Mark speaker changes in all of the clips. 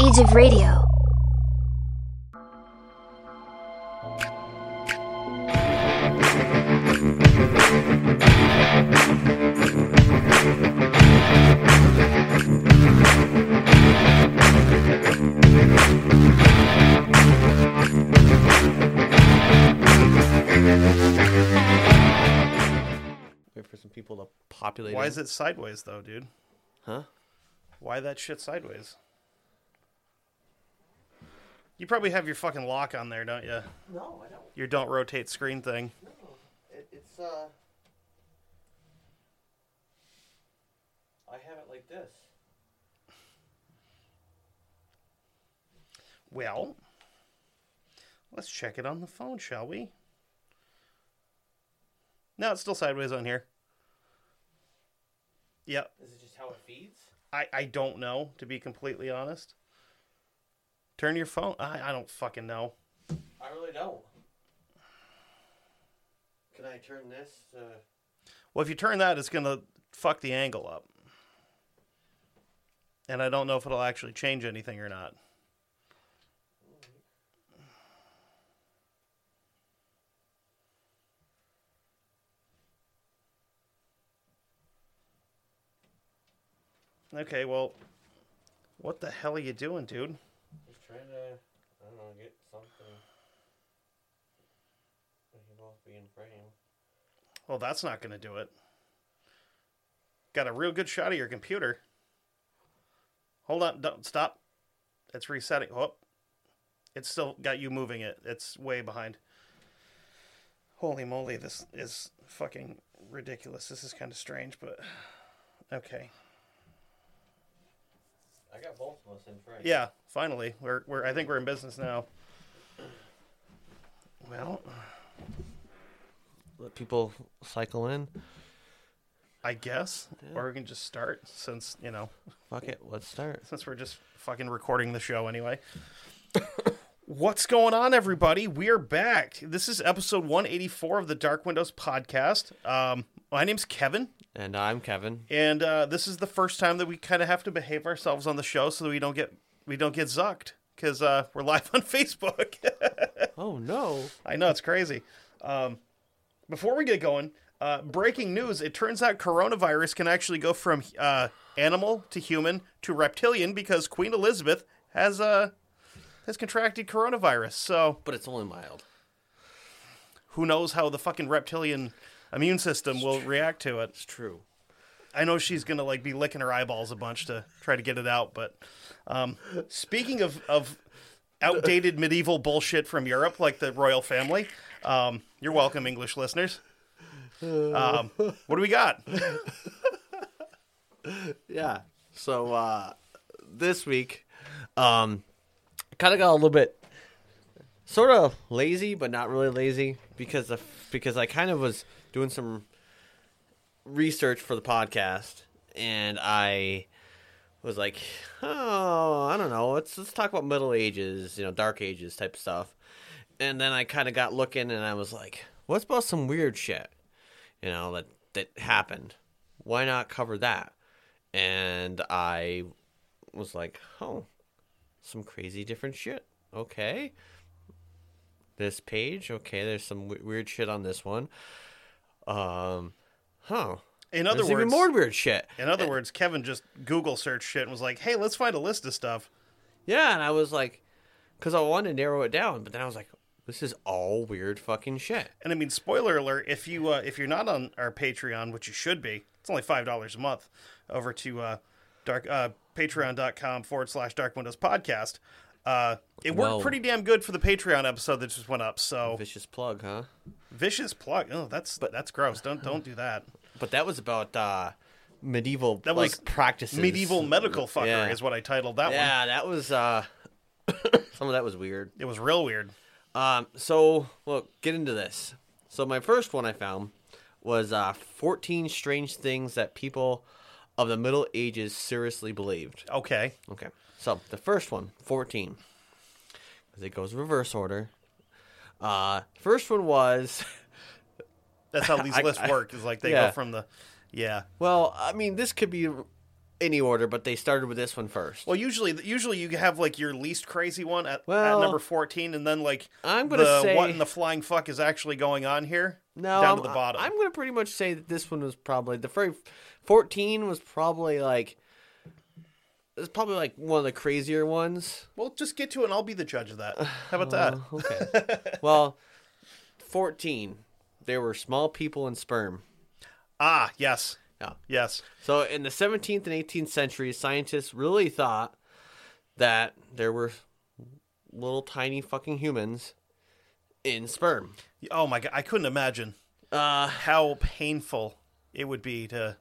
Speaker 1: Age of Radio.
Speaker 2: Wait for some people to populate.
Speaker 3: Why is it sideways though, dude?
Speaker 2: Huh?
Speaker 3: Why that shit sideways? You probably have your fucking lock on there, don't you?
Speaker 4: No, I don't.
Speaker 3: Your don't rotate screen thing.
Speaker 4: It, it's uh. I have it like this.
Speaker 3: Well, let's check it on the phone, shall we? No, it's still sideways on here. Yep.
Speaker 4: Is it just how it feeds?
Speaker 3: I, I don't know, to be completely honest. Turn your phone. I, I don't fucking know.
Speaker 4: I really don't. Can I turn this? Uh,
Speaker 3: Well, if you turn that, it's going to fuck the angle up. And I don't know if it'll actually change anything or not. Okay, well, what the hell are you doing, dude?
Speaker 4: just trying to. I don't know. Get something. We can both be in frame.
Speaker 3: Well, that's not going to do it. Got a real good shot of your computer. Hold on, don't stop. It's resetting. Oh, it's still got you moving it. It's way behind. Holy moly, this is fucking ridiculous. This is kind of strange, but okay.
Speaker 4: I got both of us in frame.
Speaker 3: Yeah, finally, we're we're I think we're in business now. Well,
Speaker 2: Let people cycle in.
Speaker 3: I guess, or we can just start since you know
Speaker 2: Fuck it. Let's start.
Speaker 3: since we're just fucking recording the show anyway. What's going on, everybody? We are back. This is episode 184 of the Dark Windows podcast. Um, my name's Kevin,
Speaker 2: And I'm Kevin.
Speaker 3: and uh, this is the first time that we kind of have to behave ourselves on the show so that we don't get we don't get zucked because uh, we're live on Facebook.
Speaker 2: Oh no.
Speaker 3: I know it's crazy. Um, before we get going, uh, breaking news: It turns out coronavirus can actually go from uh, animal to human to reptilian because Queen Elizabeth has uh, has contracted coronavirus. So
Speaker 2: But it's only mild.
Speaker 3: who knows how the fucking reptilian immune system will react to it?
Speaker 2: It's true.
Speaker 3: I know she's gonna like be licking her eyeballs a bunch to try to get it out. But um, speaking of of outdated medieval bullshit from Europe, like the royal family, um, you're welcome, English listeners. Um, what do we got?
Speaker 2: Yeah. So uh this week um kind of got a little bit sort of lazy but not really lazy because of, because I kind of was doing some research for the podcast and I was like, "Oh, I don't know. Let's let's talk about Middle Ages, you know, Dark Ages type stuff." And then I kind of got looking and I was like, "What's about some weird shit?" you know that that happened why not cover that and i was like oh some crazy different shit okay this page okay there's some w- weird shit on this one um huh
Speaker 3: In other
Speaker 2: There's
Speaker 3: words,
Speaker 2: even more weird shit.
Speaker 3: in other words, Kevin just Google searched shit and was like, "Hey, let's find a list of stuff."
Speaker 2: Yeah, and I was like, because I wanted to narrow it down, but then I was like, this is all weird fucking shit.
Speaker 3: And I mean, spoiler alert: if you uh, if you're not on our Patreon, which you should be, it's only five dollars a month. Over to uh, dark uh, patreon.com forward slash Dark Windows Podcast. Uh, it worked
Speaker 2: Whoa.
Speaker 3: pretty damn good for the Patreon episode that just went up. So
Speaker 2: Vicious plug, huh?
Speaker 3: vicious plug. Oh, that's that's gross. Don't don't do that.
Speaker 2: But that was about uh, medieval
Speaker 3: That
Speaker 2: like,
Speaker 3: was
Speaker 2: practices.
Speaker 3: Medieval medical fucker
Speaker 2: Yeah.
Speaker 3: is what I titled that one.
Speaker 2: Yeah, that was uh, some of that was weird.
Speaker 3: It was real weird.
Speaker 2: Um, so well, get into this. So my first one I found was uh, 14 strange things that people of the Middle Ages seriously believed.
Speaker 3: Okay.
Speaker 2: Okay. So the first one, 14. Because it goes reverse order. Uh first one was
Speaker 3: That's how these
Speaker 2: I-
Speaker 3: lists
Speaker 2: I-
Speaker 3: work. Is like they
Speaker 2: yeah.
Speaker 3: go from the, yeah.
Speaker 2: well, I mean this could be any order, but they started with this one first.
Speaker 3: Well, usually, usually you have like your least crazy one at,
Speaker 2: Well,
Speaker 3: at number fourteen, and then like
Speaker 2: I'm gonna
Speaker 3: the,
Speaker 2: say-
Speaker 3: what in the flying fuck is actually going on here?
Speaker 2: no, I'm,
Speaker 3: down to the bottom.
Speaker 2: I'm gonna pretty much say that this one was probably the very 14 was probably like it's probably like one of the crazier ones.
Speaker 3: Well, just get to it, and I'll be the judge of that. How about that?
Speaker 2: Okay. well, 14. There were small people and sperm.
Speaker 3: ah, yes,
Speaker 2: Yeah.
Speaker 3: yes.
Speaker 2: So, in the 17th and 18th centuries, scientists really thought that there were little tiny fucking humans in sperm.
Speaker 3: Oh my god, I couldn't imagine
Speaker 2: Uh,
Speaker 3: how painful it would be to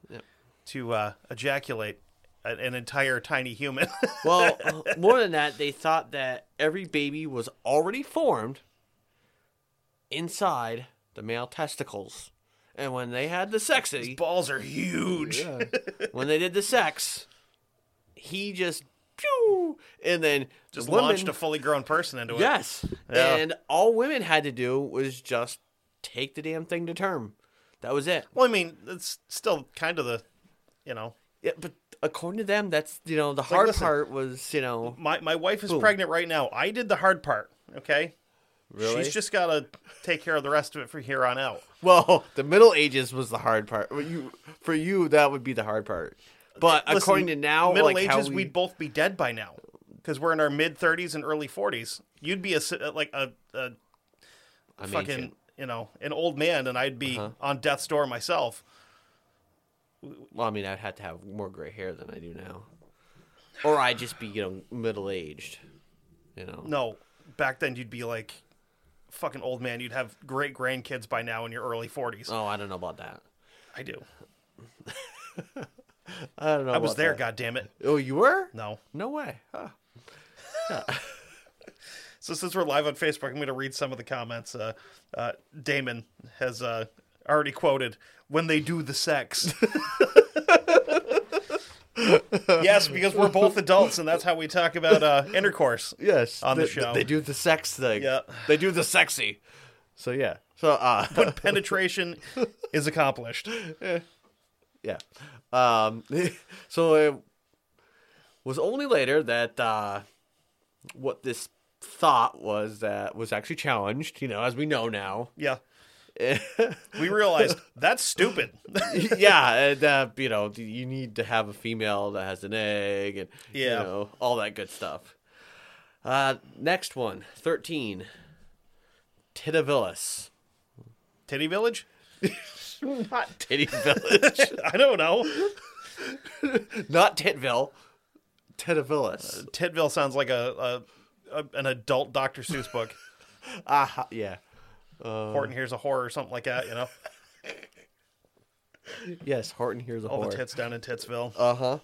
Speaker 3: to uh, ejaculate a- an entire tiny human.
Speaker 2: well, more than that, they thought that every baby was already formed inside the male testicles. And when they had the sexy,
Speaker 3: Balls are huge.
Speaker 2: when they did the sex, he just pew, and then
Speaker 3: Just
Speaker 2: women,
Speaker 3: launched a fully grown person into it.
Speaker 2: yes,
Speaker 3: Yeah.
Speaker 2: and all women had to do was just take the damn thing to term. That was it.
Speaker 3: Well, I mean, it's still kind of the, you know,
Speaker 2: Yeah, but according to them, that's you know the
Speaker 3: like,
Speaker 2: hard
Speaker 3: listen,
Speaker 2: part was you know
Speaker 3: my my wife is pregnant right now. I did the hard part. Okay,
Speaker 2: really
Speaker 3: she's just got to take care of the rest of it from here on out.
Speaker 2: well the Middle Ages was the hard part. Well, you for you that would be the hard part. But
Speaker 3: Listen,
Speaker 2: according to now,
Speaker 3: Middle
Speaker 2: like how
Speaker 3: Ages,
Speaker 2: we,
Speaker 3: would both be dead by now because we're in our mid thirties and early forties. You'd be a si- uh, like a, a
Speaker 2: I'm
Speaker 3: fucking
Speaker 2: ancient.
Speaker 3: you know an old man, and I'd
Speaker 2: Uh-huh.
Speaker 3: be on death's door myself.
Speaker 2: Well, I mean, I'd have to have more gray hair than I do now, or I'd just be you know middle aged. You know.
Speaker 3: No, back then you'd be like fucking old man. You'd have great grandkids by now in your early forties.
Speaker 2: Oh, I don't know about that.
Speaker 3: I do.
Speaker 2: I don't know.
Speaker 3: I was there. God damn it.
Speaker 2: Oh, you were?
Speaker 3: No.
Speaker 2: No way. Huh.
Speaker 3: So since we're live on Facebook, I'm going to read some of the comments. Uh, uh, Damon has uh, already quoted, "When they do the sex." yes, because we're both adults, and that's how we talk about uh, intercourse.
Speaker 2: Yes.
Speaker 3: On the
Speaker 2: they-
Speaker 3: show.
Speaker 2: they do the sex thing.
Speaker 3: Yeah.
Speaker 2: They do the sexy. So yeah. So uh,
Speaker 3: Penetration is accomplished.
Speaker 2: yeah. Um, so it was only later that uh, what this thought was that was actually challenged. You know, as we know now.
Speaker 3: Yeah, we realized that's stupid.
Speaker 2: yeah, and uh, you know, you need to have a female that has an egg and you
Speaker 3: Yeah.
Speaker 2: know, all that good stuff. Uh, next one, 13. Titavillus.
Speaker 3: Titty Village. Not
Speaker 2: Titty Village.
Speaker 3: t- I don't know.
Speaker 2: Not Titville. Titavillus.
Speaker 3: Titville sounds like a, a, a an adult Dr. Seuss book. Uh,
Speaker 2: Ah, yeah.
Speaker 3: Horton here's a horror or something like that. You know,
Speaker 2: Yes, Horton here's a
Speaker 3: all
Speaker 2: whore.
Speaker 3: Oh, the tits down in Titsville.
Speaker 2: Uh,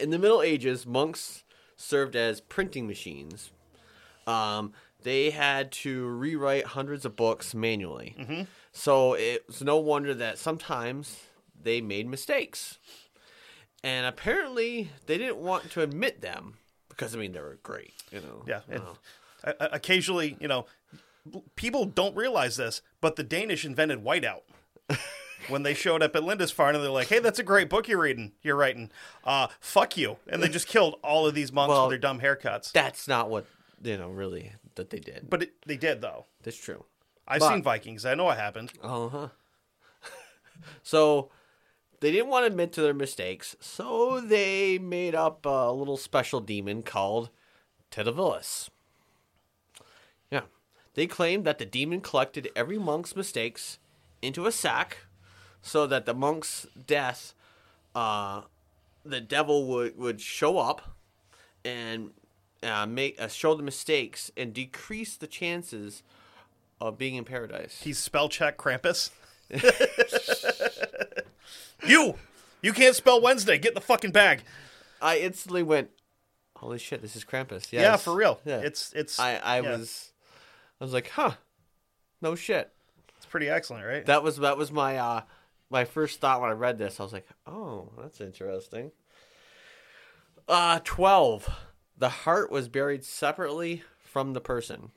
Speaker 2: In the Middle Ages, monks served as printing machines. Um, they had to rewrite hundreds of books manually. So it's no wonder that sometimes they made mistakes. And apparently, they didn't want to admit them because, I mean, they were great, you know.
Speaker 3: Yeah. It, o- o- occasionally, you know, b- people don't realize this, but the Danish invented whiteout. when they showed up at Lindisfarne, they're like, "Hey, that's a great book you're reading. You're writing. Uh, fuck you!" And they just killed all of these monks
Speaker 2: Well,
Speaker 3: with their dumb haircuts.
Speaker 2: That's not what, you know, really, that they did.
Speaker 3: but it, they did, though.
Speaker 2: That's true.
Speaker 3: I've
Speaker 2: But- Oh.
Speaker 3: seen Vikings. I know it happened.
Speaker 2: Uh huh. so They didn't want to admit to their mistakes, so they made up a little special demon called Tetavilis. Yeah. They claimed that the demon collected every monk's mistakes into a sack so that the monk's death, uh, the devil would, would show up and uh, make uh, show the mistakes and decrease the chances of being in paradise.
Speaker 3: He's spell check Krampus. you, you can't spell Wednesday. Get in the fucking bag.
Speaker 2: I instantly went, "Holy shit, this is Krampus!" Yes.
Speaker 3: Yeah, for real.
Speaker 2: Yeah.
Speaker 3: It's it's.
Speaker 2: I I
Speaker 3: yeah,
Speaker 2: was, I was like, "Huh, no shit."
Speaker 3: It's pretty excellent, right?
Speaker 2: That was that was my uh my first thought when I read this. I was like, "Oh, that's interesting." Uh, twelve. The heart was buried separately from the person.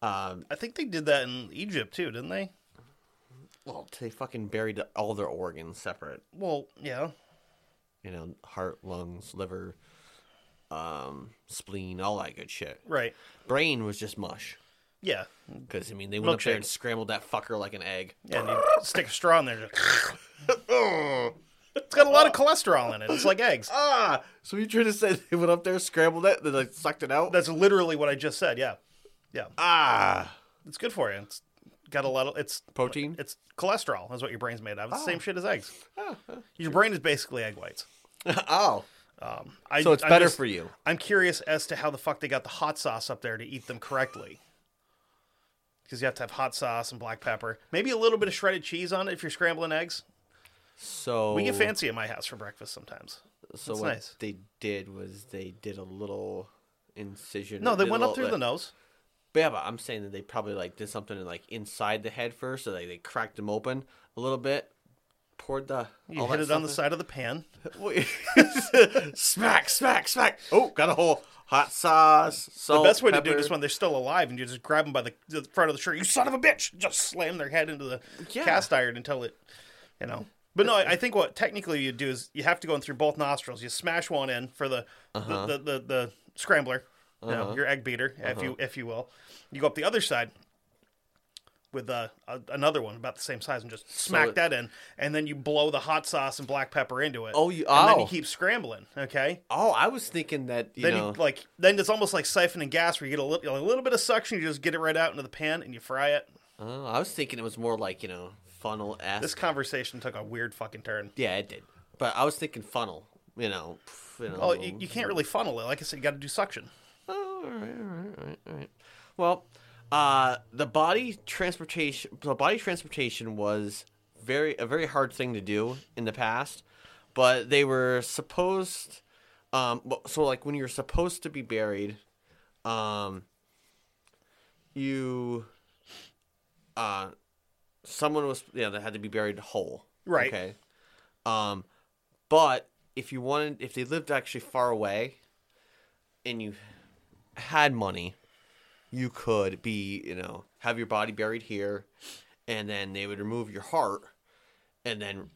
Speaker 2: Um,
Speaker 3: I think they did that in Egypt too, didn't they?
Speaker 2: well, they fucking buried all their organs separate.
Speaker 3: Well, yeah.
Speaker 2: You know, heart, lungs, liver, um, spleen, all that good shit.
Speaker 3: Right.
Speaker 2: Brain was just mush.
Speaker 3: Yeah.
Speaker 2: Because I mean, they went up there
Speaker 3: Milkshake.
Speaker 2: and scrambled that fucker like an egg.
Speaker 3: Yeah. And you stick a straw in there. just- it's got a lot of cholesterol in it. It's like eggs.
Speaker 2: Ah! So you trying to say they went up there, scrambled it, then like sucked it out?
Speaker 3: That's literally what I just said. Yeah. Yeah.
Speaker 2: ah!
Speaker 3: It's good for you. It's got a lot of it's
Speaker 2: Protein. Ah.
Speaker 3: it's cholesterol is what your brain's made of. It's the same shit as eggs. Your brain is basically egg whites.
Speaker 2: oh,
Speaker 3: I,
Speaker 2: so it's
Speaker 3: I'm
Speaker 2: better
Speaker 3: just-
Speaker 2: for you.
Speaker 3: I'm curious as to how the fuck they got the hot sauce up there to eat them correctly. Because you have to have hot sauce and black pepper, maybe a little bit of shredded cheese on it if you're scrambling eggs.
Speaker 2: So
Speaker 3: We get fancy at my house for breakfast sometimes.
Speaker 2: So
Speaker 3: That's
Speaker 2: what
Speaker 3: nice.
Speaker 2: they did was they did a little incision.
Speaker 3: No, they
Speaker 2: did a
Speaker 3: went up
Speaker 2: little-
Speaker 3: through the nose.
Speaker 2: Yeah, but I'm saying that they probably like did something like inside the head first, so they they cracked them open a little bit, poured the
Speaker 3: You
Speaker 2: all
Speaker 3: hit
Speaker 2: that
Speaker 3: it on the
Speaker 2: stuff
Speaker 3: side of the pan.
Speaker 2: in- smack, smack, smack. Oh, got a whole hot sauce.
Speaker 3: The
Speaker 2: Salt,
Speaker 3: best way to do
Speaker 2: pepper.
Speaker 3: it is when they're still alive and you just grab them by the, the front of the shirt. You son of a bitch! Just slam their head into the
Speaker 2: Yeah.
Speaker 3: cast iron until it, you know. But no, I I think what technically you do is you have to go in through both nostrils. You smash one in for the
Speaker 2: Uh-huh.
Speaker 3: the, the, the, the scrambler, you know, your egg beater, if
Speaker 2: Uh-huh.
Speaker 3: you if you will. You go up the other side with uh, a, another one about the same size and just smack
Speaker 2: it-
Speaker 3: that in, and then you blow the hot sauce and black pepper into it.
Speaker 2: Oh, you-
Speaker 3: and then
Speaker 2: oh.
Speaker 3: you keep scrambling. Okay,
Speaker 2: Oh, I was thinking that you
Speaker 3: then
Speaker 2: know.
Speaker 3: you like then it's almost like siphoning gas where you get a little, a little bit of suction you just get it right out into the pan and you fry it
Speaker 2: oh, I was thinking it was more like you know funnel
Speaker 3: this
Speaker 2: esque.
Speaker 3: conversation took a weird fucking turn
Speaker 2: yeah, it did. But I was thinking funnel. You know. pff, you know
Speaker 3: oh you, you can't really funnel it like i said you got to do suction
Speaker 2: Oh, all right, all right, all right, all right. Well, uh, the body transportation, the body transportation was very a very hard thing to do in the past, but they were supposed, um, well, so like when you're supposed to be buried, um, you, uh, someone was yeah that had to be buried whole,
Speaker 3: Right.
Speaker 2: Okay, um, but if you wanted, if they lived actually far away, and you had money, you could be, you know, have your body buried here, and then they would remove your heart, and then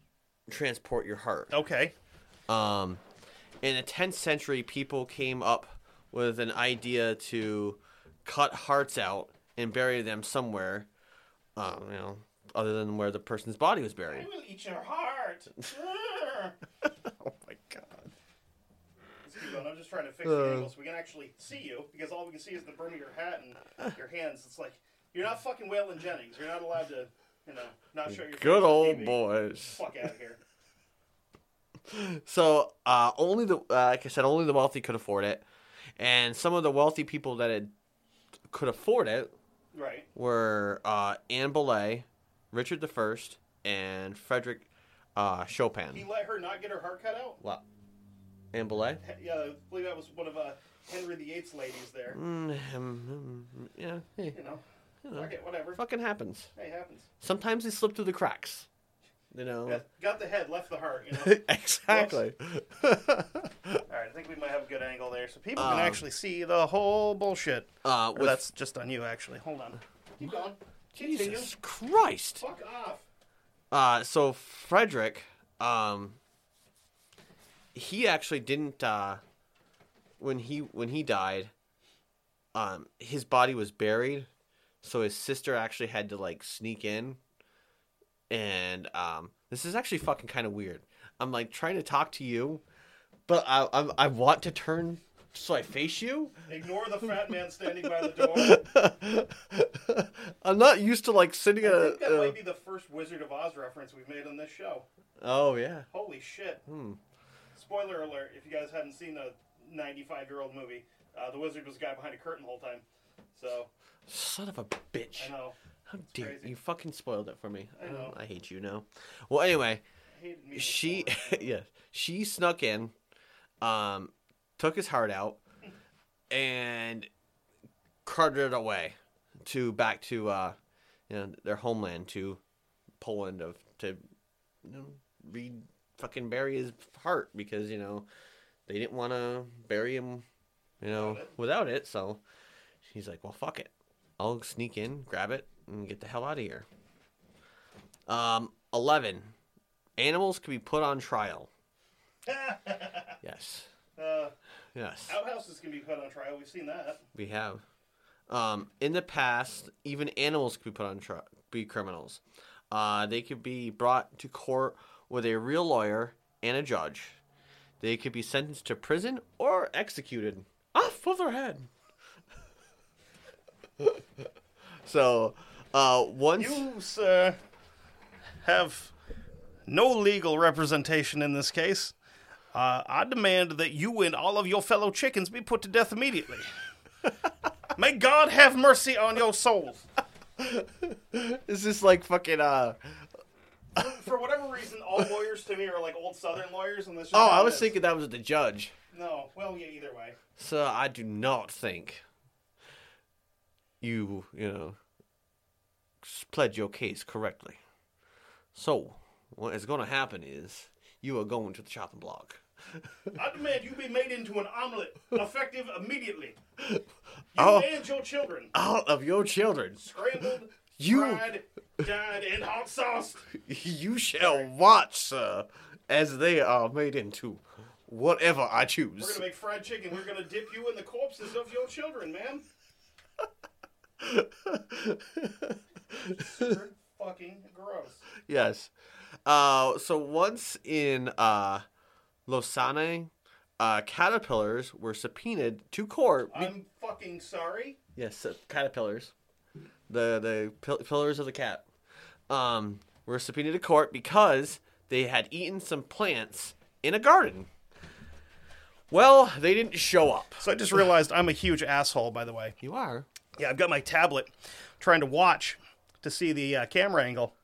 Speaker 2: transport your heart.
Speaker 3: okay
Speaker 2: Um, in the 10th century, people came up with an idea to cut hearts out and bury them somewhere, um, you know, other than where the person's body was buried.
Speaker 3: will eat your heart oh my god Let's keep going. i'm just trying to fix
Speaker 2: Uh.
Speaker 3: the angle so we can actually see you because all we can see is the brim of your hat and your hands it's like you're not fucking Waylon jennings you're not allowed to you know not show your face
Speaker 2: Good
Speaker 3: on
Speaker 2: old
Speaker 3: TV.
Speaker 2: boys.
Speaker 3: fuck out of here
Speaker 2: So uh, only the uh, like I said, only the wealthy could afford it, and some of the wealthy people that had, could afford it
Speaker 3: right
Speaker 2: were uh, Anne Boleyn, Richard the First, and Frederick uh,
Speaker 3: He
Speaker 2: Chopin.
Speaker 3: let her not get her heart cut out?
Speaker 2: What? Anne Boleyn?
Speaker 3: Yeah, I believe that was one of uh, Henry VIII's ladies there.
Speaker 2: Mm. Yeah, hey,
Speaker 3: You know, fuck it, whatever.
Speaker 2: fucking happens.
Speaker 3: Hey, happens.
Speaker 2: Sometimes they slip through the cracks. You know.
Speaker 3: Got, got the head, left the heart. You know.
Speaker 2: exactly.
Speaker 3: All right, I think we might have a good angle there, so people can actually see the whole bullshit.
Speaker 2: Um, Uh,
Speaker 3: Or
Speaker 2: with-
Speaker 3: that's just on you, actually. Hold on. Keep going. Continue.
Speaker 2: Jesus Christ.
Speaker 3: Fuck off.
Speaker 2: Uh, so Frederick, um, he actually didn't uh, when he when he died. Um, his body was buried, so his sister actually had to like sneak in, and um, this is actually fucking kind of weird. I'm like trying to talk to you, but I I, I want to turn so I face you.
Speaker 3: Ignore the fat man standing by the door.
Speaker 2: Uh,
Speaker 3: I
Speaker 2: I'm not used to like sitting at
Speaker 3: think that
Speaker 2: a. uh,
Speaker 3: might be the first Wizard of Oz reference we've made on this show.
Speaker 2: oh yeah.
Speaker 3: Holy shit.
Speaker 2: Hmm.
Speaker 3: Spoiler alert if you guys haven't seen the 95 year old movie, uh, the wizard was the guy behind a curtain the whole time. So,
Speaker 2: Son of a bitch.
Speaker 3: I know.
Speaker 2: How dare
Speaker 3: crazy.
Speaker 2: you fucking spoiled it for me. I,
Speaker 3: know.
Speaker 2: I hate you now. Well, anyway,
Speaker 3: Hated me
Speaker 2: she
Speaker 3: before.
Speaker 2: yeah, she snuck in, um, took his heart out, and carted it away to back to uh, you know their homeland to Poland of to you know, re fucking bury his heart because you know they didn't want to bury him you know without it. So he's like, well, fuck it, I'll sneak in, grab it, and get the hell out of here. Um, eleven. Animals can be put on trial. yes.
Speaker 3: Uh,
Speaker 2: Yes.
Speaker 3: outhouses can be put on trial. We've seen that.
Speaker 2: We have. Um, in the past, even animals could be put on trial, be criminals. Uh, they could be brought to court with a real lawyer and a judge. They could be sentenced to prison or executed off of their head. so, uh, once
Speaker 3: You, sir, have no legal representation in this case. Uh, I demand that you and all of your fellow chickens be put to death immediately. May God have mercy on your souls.
Speaker 2: is this like fucking uh?
Speaker 3: For whatever reason, all lawyers to me are like old Southern lawyers, and this.
Speaker 2: Oh, I was thinking that was the judge.
Speaker 3: No, well, yeah, either way.
Speaker 2: So I do not think you, you know, s- pled your case correctly. So, what is going to happen is you are going to the chopping block.
Speaker 3: I demand you be made into an omelet, effective immediately. You and your children,
Speaker 2: All of your children,
Speaker 3: scrambled,
Speaker 2: You-
Speaker 3: fried, dyed, and hot sauced.
Speaker 2: you shall watch, sir, as they are made into whatever I
Speaker 3: We're
Speaker 2: choose.
Speaker 3: gonna make fried chicken. We're gonna dip you in the corpses of your children, man. Super fucking gross.
Speaker 2: Yes. Uh, so once in uh, Lausanne, uh, caterpillars were subpoenaed to court. be-
Speaker 3: I'm fucking sorry.
Speaker 2: Yes, uh, caterpillars. The the pil- pillars of the cat. Um, were subpoenaed to court because they had eaten some plants in a garden. Well, they didn't show up.
Speaker 3: So I just realized I'm a huge asshole, by the way.
Speaker 2: You are.
Speaker 3: Yeah, I've got my tablet trying to watch to see the uh, camera angle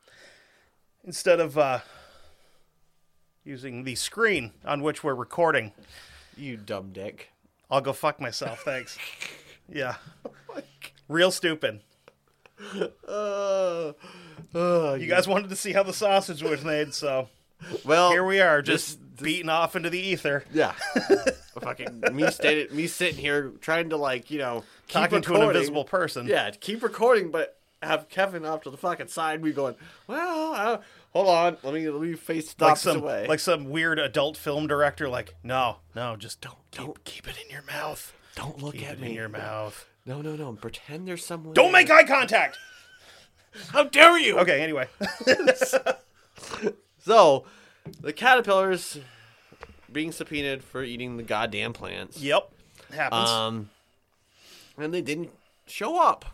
Speaker 3: instead of uh, using the screen on which we're recording.
Speaker 2: You dumb dick.
Speaker 3: I'll go fuck myself. Thanks. yeah.
Speaker 2: Oh
Speaker 3: Real stupid.
Speaker 2: Uh, uh,
Speaker 3: You guys wanted to see how the sausage was made, so
Speaker 2: well,
Speaker 3: here we are,
Speaker 2: this-
Speaker 3: just beating off into the ether,
Speaker 2: yeah. Fucking me stated me sitting here trying to like you know keep
Speaker 3: talking to an
Speaker 2: recording.
Speaker 3: invisible person.
Speaker 2: Yeah, keep recording, but have Kevin off to the fucking side. We going. Well, uh, hold on. Let me let me face the
Speaker 3: like
Speaker 2: opposite
Speaker 3: some
Speaker 2: way.
Speaker 3: like some weird adult film director. Like, no, no, just don't, don't keep it in your mouth.
Speaker 2: Don't look
Speaker 3: Keep
Speaker 2: at
Speaker 3: it
Speaker 2: me.
Speaker 3: in your mouth.
Speaker 2: No, no, no. Pretend there's someone.
Speaker 3: Don't make eye contact.
Speaker 2: How dare you?
Speaker 3: Okay, anyway.
Speaker 2: So, the caterpillars being subpoenaed for eating the goddamn plants.
Speaker 3: yep, happens.
Speaker 2: Um, and they didn't show up.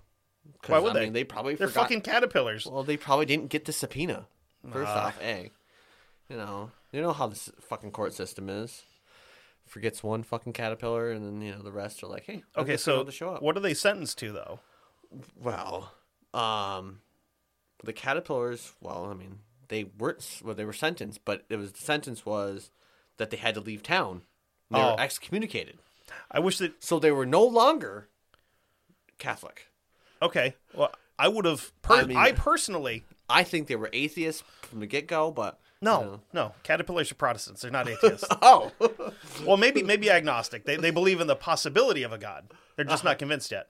Speaker 2: 'Cause,
Speaker 3: Why would
Speaker 2: I
Speaker 3: they?
Speaker 2: Mean, they probably
Speaker 3: They're
Speaker 2: forgot.
Speaker 3: fucking caterpillars.
Speaker 2: Well, they probably didn't get the subpoena. First
Speaker 3: Ah.
Speaker 2: off, a. You know, you know how this fucking court system is. Forgets one fucking caterpillar, and then you know the rest are like, "Hey, I
Speaker 3: okay,
Speaker 2: guess we don't
Speaker 3: so
Speaker 2: have to show up.
Speaker 3: what are they sentenced to though?
Speaker 2: Well, um, the caterpillars. Well, I mean, they weren't. Well, they were sentenced, but it was the sentence was that they had to leave town. They
Speaker 3: Oh.
Speaker 2: were excommunicated,
Speaker 3: I wish that.
Speaker 2: so they were no longer Catholic.
Speaker 3: Okay, well, I would have. Per- I,
Speaker 2: I mean-
Speaker 3: personally.
Speaker 2: I think they were atheists from the get go, but
Speaker 3: No, no, caterpillars are Protestants. They're not atheists.
Speaker 2: oh,
Speaker 3: well, maybe maybe agnostic. They they believe in the possibility of a god. They're just
Speaker 2: Uh-huh.
Speaker 3: not convinced yet.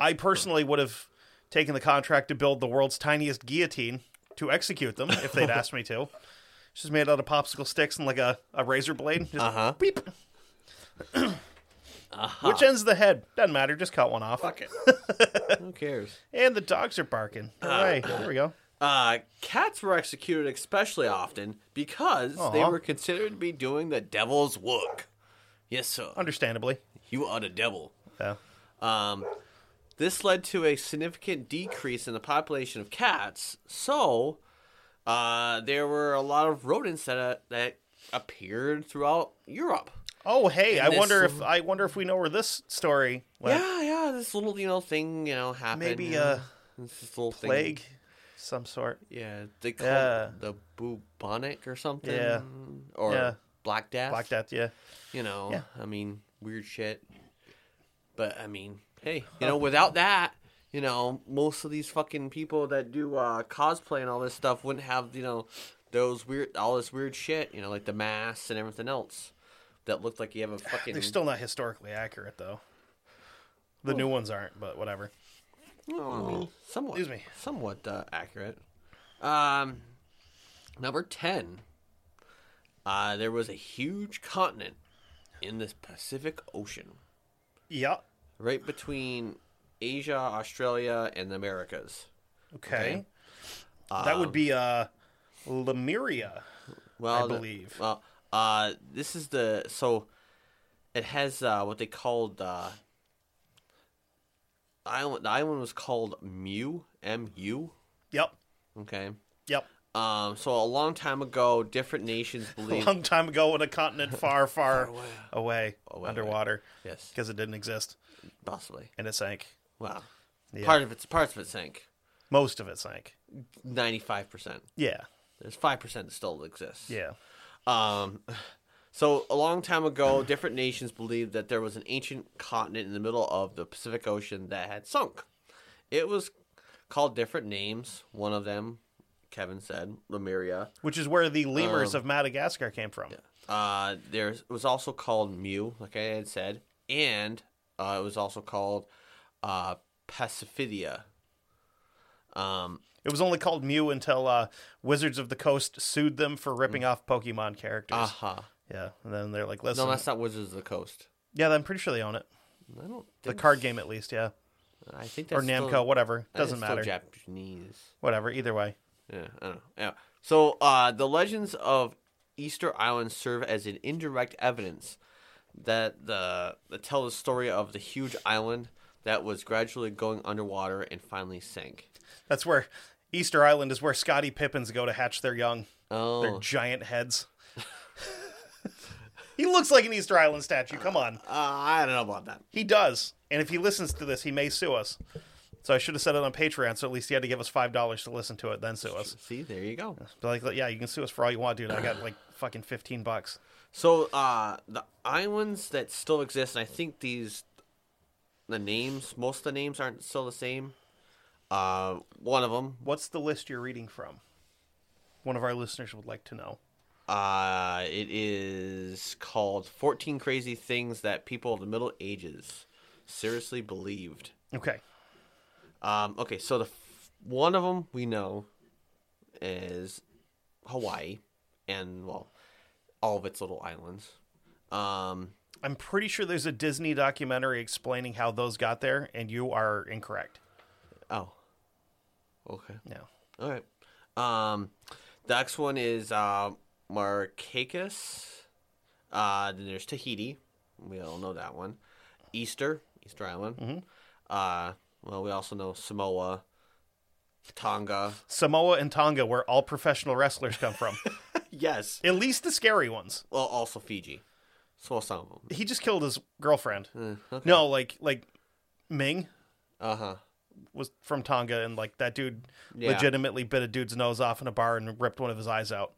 Speaker 3: I personally would have taken the contract to build the world's tiniest guillotine to execute them if they'd asked me to. It's just made out of popsicle sticks and like a, a razor blade. Just
Speaker 2: Uh-huh.
Speaker 3: beep. Which ends the head? Doesn't matter. Just cut one off.
Speaker 2: fuck it. Who cares?
Speaker 3: And the dogs are barking. Hooray. there we go.
Speaker 2: Uh, cats were executed especially often because they
Speaker 3: Aw.
Speaker 2: were considered to be doing the devil's work. Yes, sir.
Speaker 3: Understandably.
Speaker 2: You are the devil.
Speaker 3: Yeah.
Speaker 2: Um, this led to a significant decrease in the population of cats. So, uh, there were a lot of rodents that uh, that appeared throughout Europe.
Speaker 3: Oh, hey,
Speaker 2: And
Speaker 3: I
Speaker 2: this-
Speaker 3: wonder if I wonder if we know where this story went.
Speaker 2: yeah, yeah. This little you know thing you know happened.
Speaker 3: Maybe,
Speaker 2: you know,
Speaker 3: uh,
Speaker 2: this this little thing.
Speaker 3: Plague, some sort.
Speaker 2: Yeah, they call
Speaker 3: Yeah.
Speaker 2: it the bubonic or something.
Speaker 3: Yeah.
Speaker 2: Or
Speaker 3: Yeah.
Speaker 2: black death.
Speaker 3: Black Death. Yeah.
Speaker 2: You know,
Speaker 3: Yeah.
Speaker 2: I mean, weird shit. But I mean, hey, you know, without that, you know, most of these fucking people that do uh, cosplay and all this stuff wouldn't have, you know, those weird, all this weird shit. You know, like the masks and everything else that looked like you have a fucking.
Speaker 3: They're still not historically accurate though. The new ones aren't, but whatever.
Speaker 2: Well, I mean, somewhat,
Speaker 3: Oh. Excuse me.
Speaker 2: somewhat uh, accurate. Um, number ten. Uh, there was a huge continent in the Pacific Ocean,
Speaker 3: Yeah.
Speaker 2: right between Asia, Australia, and the Americas.
Speaker 3: Okay. that would be uh Lemuria.
Speaker 2: Well,
Speaker 3: I
Speaker 2: the-
Speaker 3: believe.
Speaker 2: well, uh, this is the so it has uh, what they called uh, island. The island was called Mu M U.
Speaker 3: Yep.
Speaker 2: Okay.
Speaker 3: Yep.
Speaker 2: Um, so a long time ago, different nations
Speaker 3: A
Speaker 2: believed.
Speaker 3: long time ago on a continent far, far away, underwater.
Speaker 2: Yes,
Speaker 3: Because it didn't exist
Speaker 2: possibly.
Speaker 3: and it sank.
Speaker 2: Wow.
Speaker 3: Yeah.
Speaker 2: Part of it's parts of it sank.
Speaker 3: Most of it sank.
Speaker 2: Ninety-five percent.
Speaker 3: Yeah.
Speaker 2: There's five percent that still exists.
Speaker 3: Yeah.
Speaker 2: Um, so a long time ago, different nations believed that there was an ancient continent in the middle of the Pacific Ocean that had sunk. It was called different names. One of them, Kevin said, Lemuria.
Speaker 3: Which is where the lemurs of Madagascar came from.
Speaker 2: Uh, there it was also called Mew, like I had said, and uh, it was also called uh, Pacifidia. Um,
Speaker 3: It was only called Mew until uh, Wizards of the Coast sued them for ripping off Pokemon characters.
Speaker 2: aha.
Speaker 3: Yeah, and then they're like, listen,
Speaker 2: Uh-huh. No, that's not Wizards of the Coast.
Speaker 3: yeah, I'm pretty sure they own it.
Speaker 2: I don't.
Speaker 3: The
Speaker 2: Think,
Speaker 3: card game, at least, yeah,
Speaker 2: I think
Speaker 3: or
Speaker 2: that's
Speaker 3: Namco,
Speaker 2: still-
Speaker 3: whatever,
Speaker 2: I think
Speaker 3: doesn't
Speaker 2: it's still
Speaker 3: matter.
Speaker 2: Japanese.
Speaker 3: Whatever, either way.
Speaker 2: Yeah, I don't know. Yeah. So uh, the legends of Easter Island serve as an indirect evidence that the that tell the story of the huge island that was gradually going underwater and finally sank.
Speaker 3: That's where Easter Island is where Scotty Pippins go to hatch their young, their
Speaker 2: Oh,
Speaker 3: giant heads. he looks like an Easter Island statue. Come on,
Speaker 2: uh, I don't know about that.
Speaker 3: he does. And if he listens to this, he may sue us. So I should have said it on Patreon. So at least he had to give us five dollars to listen to it, then sue us.
Speaker 2: See, there you go.
Speaker 3: But like, yeah, you can sue us for all you want, dude. I got like fucking fifteen bucks.
Speaker 2: So uh, the islands that still exist, and I think these the names, most of the names aren't still the same. Uh, one of them,
Speaker 3: What's the list you're reading from? One of our listeners would like to know.
Speaker 2: Uh, it is called 14 Crazy Things That People of the Middle Ages Seriously Believed.
Speaker 3: Okay.
Speaker 2: Um, okay, so the f- one of them we know is Hawaii and, well, all of its little islands. Um,
Speaker 3: I'm pretty sure there's a Disney documentary explaining how those got there, and you are incorrect.
Speaker 2: oh. Okay.
Speaker 3: No.
Speaker 2: All right. Um, the next one is uh, Marcakis. Uh, then there's Tahiti. We all know that one. Easter, Easter Island. Uh, well, we also know Samoa, Tonga.
Speaker 3: Samoa and Tonga, where all professional wrestlers come from,
Speaker 2: yes.
Speaker 3: at least the scary ones.
Speaker 2: Well, also Fiji. So some of them.
Speaker 3: He just killed his girlfriend. No, like like Ming
Speaker 2: Uh huh.
Speaker 3: was from Tonga, and like that dude
Speaker 2: Yeah.
Speaker 3: legitimately bit a dude's nose off in a bar and ripped one of his eyes out.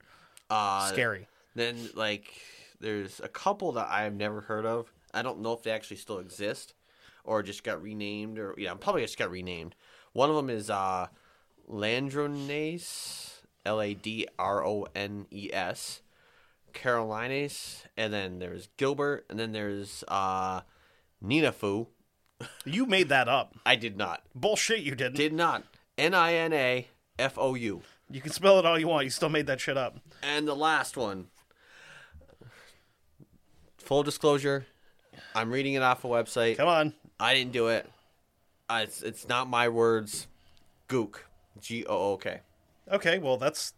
Speaker 2: Uh,
Speaker 3: scary.
Speaker 2: Then like there's a couple that I've never heard of. I don't know if they actually still exist or just got renamed or yeah, probably just got renamed. One of them is uh Landrones, L A D R O N E S, Carolines, and then there's Gilbert, and then there's uh Ninafu.
Speaker 3: You made that up.
Speaker 2: I did not.
Speaker 3: Bullshit, you didn't.
Speaker 2: Did not. N I N A F O U.
Speaker 3: You can spell it all you want. You still made that shit up.
Speaker 2: And the last one. Full disclosure, I'm reading it off a website.
Speaker 3: Come on.
Speaker 2: I didn't do it. Uh, it's it's not my words. Gook. G O O K.
Speaker 3: Okay, well that's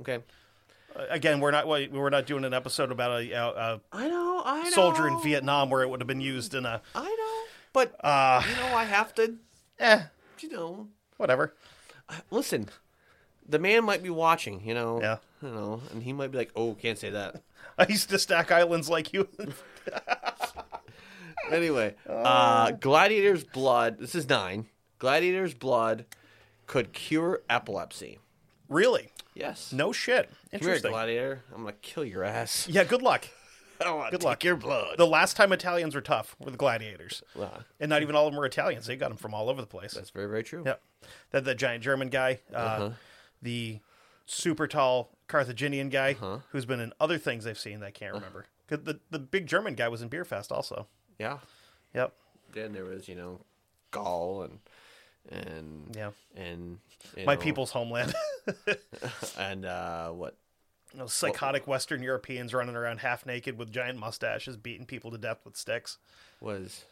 Speaker 2: Okay.
Speaker 3: uh, again we're not we're not doing an episode about a, a,
Speaker 2: I know. I know.
Speaker 3: a soldier in Vietnam where it would have been used in a
Speaker 2: I know. But
Speaker 3: uh
Speaker 2: you know, I have to.
Speaker 3: eh
Speaker 2: You know,
Speaker 3: whatever.
Speaker 2: listen. The man might be watching. You know.
Speaker 3: Yeah.
Speaker 2: You know, and he might be like, "Oh, can't say that."
Speaker 3: I used to stack islands like you.
Speaker 2: anyway, uh, Gladiator's blood. This is nine. Gladiator's blood could cure epilepsy.
Speaker 3: really?
Speaker 2: Yes.
Speaker 3: No shit.
Speaker 2: Come here,
Speaker 3: Interesting.
Speaker 2: Gladiator. I'm gonna kill your ass.
Speaker 3: Yeah, good luck.
Speaker 2: I wanna
Speaker 3: Good
Speaker 2: take
Speaker 3: luck.
Speaker 2: your blood.
Speaker 3: The last time Italians were tough were the gladiators.
Speaker 2: Wow.
Speaker 3: And not even all of them were Italians. They got them from all over the place.
Speaker 2: That's Uh-huh. very, very true.
Speaker 3: Yep. That the giant German guy, uh, the super tall Carthaginian guy,
Speaker 2: Uh-huh.
Speaker 3: who's been in other things they've seen that I can't remember. 'Cause The the big German guy was in Beerfest also.
Speaker 2: Yeah.
Speaker 3: Yep.
Speaker 2: Then there was, you know, Gaul and and
Speaker 3: Yeah.
Speaker 2: and you
Speaker 3: My
Speaker 2: know,
Speaker 3: people's homeland.
Speaker 2: and uh, what?
Speaker 3: Those psychotic Western Europeans running around half naked with giant mustaches, beating people to death with sticks.
Speaker 2: was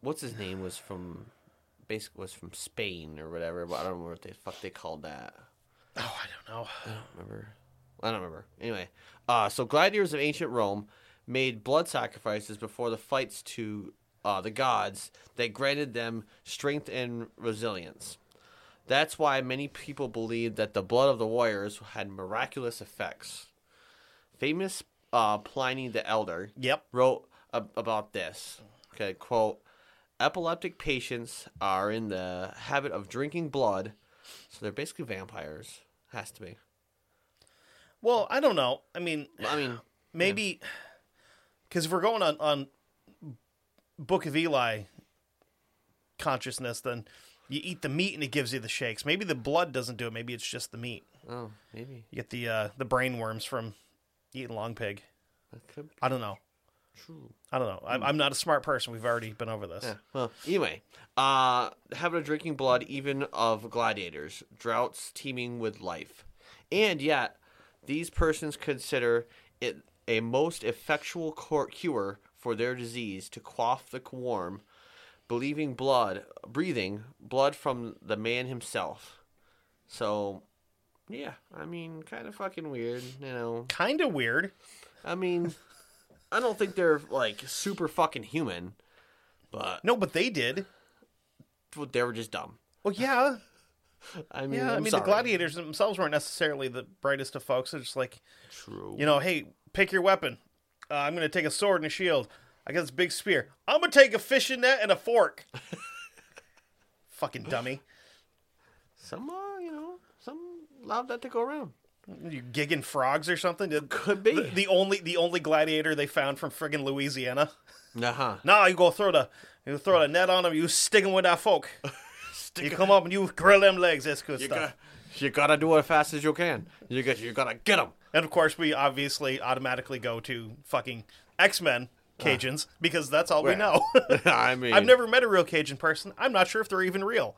Speaker 2: what's his name was from basically was from Spain or whatever, but I don't remember what the fuck they called that.
Speaker 3: Oh, I don't know.
Speaker 2: Remember? I don't remember. Anyway, uh, so gladiators of ancient Rome made blood sacrifices before the fights to uh, the gods that granted them strength and resilience. That's why many people believe that the blood of the warriors had miraculous effects. Famous uh, Pliny the Elder
Speaker 3: Yep.
Speaker 2: wrote ab- about this. Okay, quote: Epileptic patients are in the habit of drinking blood, so they're basically vampires. Has to be.
Speaker 3: Well, I don't know. I mean,
Speaker 2: I mean,
Speaker 3: maybe because if we're going on on Book of Eli consciousness, then you eat the meat and it gives you the shakes. Maybe the blood doesn't do it. Maybe it's just the meat.
Speaker 2: oh, maybe
Speaker 3: You get the uh, the brain worms from eating long pig.
Speaker 2: that could be
Speaker 3: I don't know.
Speaker 2: true. Hmm.
Speaker 3: I don't know. I'm, I'm not a smart person. We've already been over this.
Speaker 2: Well, anyway, uh, habit of drinking blood, even of gladiators, droughts teeming with life, and yet these persons consider it a most effectual cor- cure for their disease to quaff the warm, believing blood, breathing blood from the man himself. So, yeah, I mean, kind of fucking weird, you know.
Speaker 3: Kind of weird.
Speaker 2: I mean, I don't think they're like super fucking human, but
Speaker 3: No, but they did.
Speaker 2: they were just dumb.
Speaker 3: Well, yeah,
Speaker 2: I mean,
Speaker 3: yeah. I
Speaker 2: I'm
Speaker 3: mean,
Speaker 2: sorry.
Speaker 3: the gladiators themselves weren't necessarily the brightest of folks. They're just like,
Speaker 2: True.
Speaker 3: you know, hey, pick your weapon. Uh, I'm going to take a sword and a shield. I got this big spear. I'm going to take a fishing net and a fork. Fucking dummy.
Speaker 2: some, uh, you know, some allowed that to go around.
Speaker 3: You gigging frogs or something? Did-
Speaker 2: Could be.
Speaker 3: The, the only the only gladiator they found from friggin' Louisiana.
Speaker 2: Uh huh.
Speaker 3: Nah, you go throw the you throw the net on them. You stick 'em with that fork. you come up and you grill them legs. That's good
Speaker 2: You
Speaker 3: stuff.
Speaker 2: got, you gotta do it as fast as you can. You got, you gotta get them.
Speaker 3: And of course, we obviously automatically go to fucking X Men Cajuns because that's all we
Speaker 2: well.
Speaker 3: know.
Speaker 2: I mean,
Speaker 3: I've never met a real Cajun person. I'm not sure if they're even real.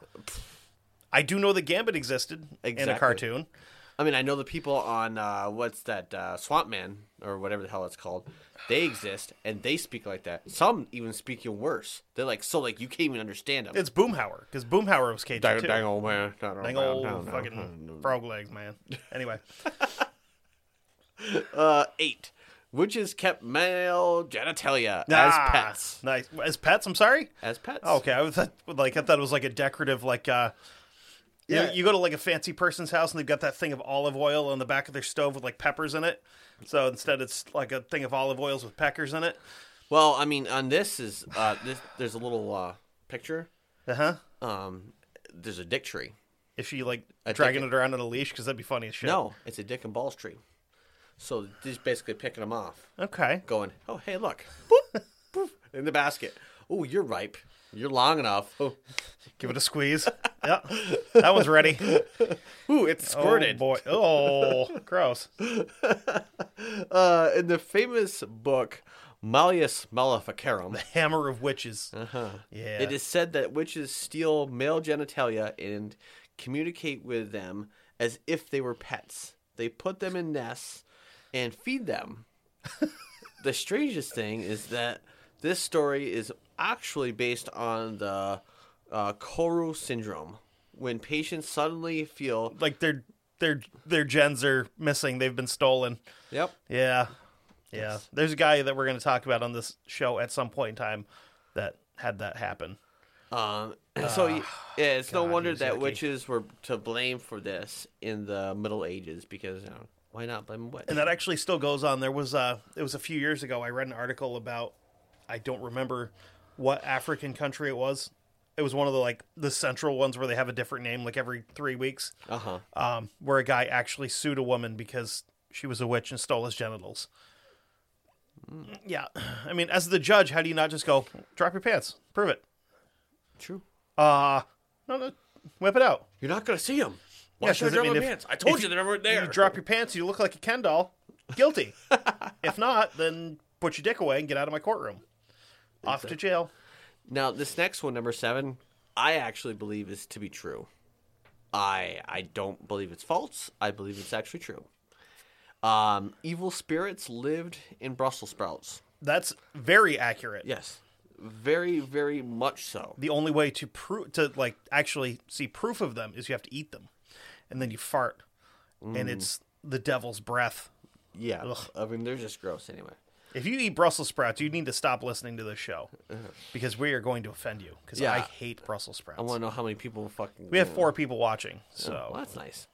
Speaker 3: I do know the Gambit existed in a
Speaker 2: Exactly.
Speaker 3: cartoon.
Speaker 2: I mean, I know the people on uh, what's that uh, Swamp Man or whatever the hell it's called. They exist and they speak like that. Some even speak even worse. They're like so like you can't even understand them.
Speaker 3: It's Boomhauer because Boomhauer was Cajun
Speaker 2: dang,
Speaker 3: too.
Speaker 2: dang old man,
Speaker 3: Dang old fucking frog legs, man. Anyway,
Speaker 2: uh, eight. Witches kept male genitalia
Speaker 3: Ah,
Speaker 2: as pets.
Speaker 3: Nice as pets. I'm sorry.
Speaker 2: As pets.
Speaker 3: Oh, okay, I was that, like I thought it was like a decorative like. uh you know,
Speaker 2: Yeah.
Speaker 3: you go to like a fancy person's house and they've got that thing of olive oil on the back of their stove with like peppers in it. So instead, it's like a thing of olive oils with peckers in it.
Speaker 2: Well, I mean, on this is uh, this, there's a little uh, picture.
Speaker 3: Uh huh.
Speaker 2: Um, there's a dick tree.
Speaker 3: Is she like
Speaker 2: I think
Speaker 3: dragging
Speaker 2: it-
Speaker 3: it around on a leash? Because that'd be funny as shit.
Speaker 2: No, it's a dick and balls tree. So they're just basically picking them off,
Speaker 3: Okay.
Speaker 2: going, "Oh, hey, look, boop, boop, in the basket. Oh, you're ripe. You're long enough. Oh,
Speaker 3: Give it a squeeze. yeah. That one's ready.
Speaker 2: ooh, it's squirted."
Speaker 3: Oh, boy. Oh, gross.
Speaker 2: Uh, in the famous book Malleus Maleficarum,
Speaker 3: Hammer of witches. Uh-huh. Yeah.
Speaker 2: It is said that witches steal male genitalia and communicate with them as if they were pets. They put them in nests and feed them. the strangest thing is that this story is actually based on the uh, Koru syndrome, when patients suddenly feel
Speaker 3: Like their their their gens are missing. They've been stolen.
Speaker 2: yep
Speaker 3: Yeah. Yeah. There's a guy that we're going to talk about on this show at some point in time that had that happen.
Speaker 2: Um, so y- yeah, it's no
Speaker 3: Uh, God,
Speaker 2: wonder
Speaker 3: he's
Speaker 2: that
Speaker 3: yucky.
Speaker 2: witches were to blame for this in the Middle Ages because you know, why not blame witches?
Speaker 3: And uh, that actually still goes on. There was uh it was a few years ago I read an article about I don't remember what African country it was. It was one of the like the central ones where they have a different name like every 3 weeks.
Speaker 2: Uh huh.
Speaker 3: um, where a guy actually sued a woman because she was a witch and stole his genitals. Yeah, I mean, as the judge, how do you not just go drop your pants, prove it?
Speaker 2: True.
Speaker 3: Uh no, no, whip it out.
Speaker 2: You're not gonna see them. Why
Speaker 3: Yeah,
Speaker 2: should I
Speaker 3: 'cause, I
Speaker 2: drop
Speaker 3: mean,
Speaker 2: my
Speaker 3: if-
Speaker 2: pants? I told
Speaker 3: if
Speaker 2: you they weren't there.
Speaker 3: You drop your pants, you look like a Ken doll. Guilty. if not, then put your dick away and get out of my courtroom. Off to jail.
Speaker 2: Now this next one, number seven, I actually believe is to be true. I I don't believe it's false. I believe it's actually true. Um, evil spirits lived in Brussels sprouts.
Speaker 3: That's very accurate.
Speaker 2: Yes, very very much so.
Speaker 3: the only way to prove to like actually see proof of them is you have to eat them and then you fart
Speaker 2: Mm.
Speaker 3: and it's the devil's breath
Speaker 2: Yeah, I mean they're just gross anyway.
Speaker 3: if you eat brussels sprouts you need to stop listening to this show because we are going to offend you because i
Speaker 2: Uh-huh. Yeah.
Speaker 3: hate brussels sprouts
Speaker 2: I want to know how many people fucking.
Speaker 3: we have four people watching so
Speaker 2: Well, that's nice.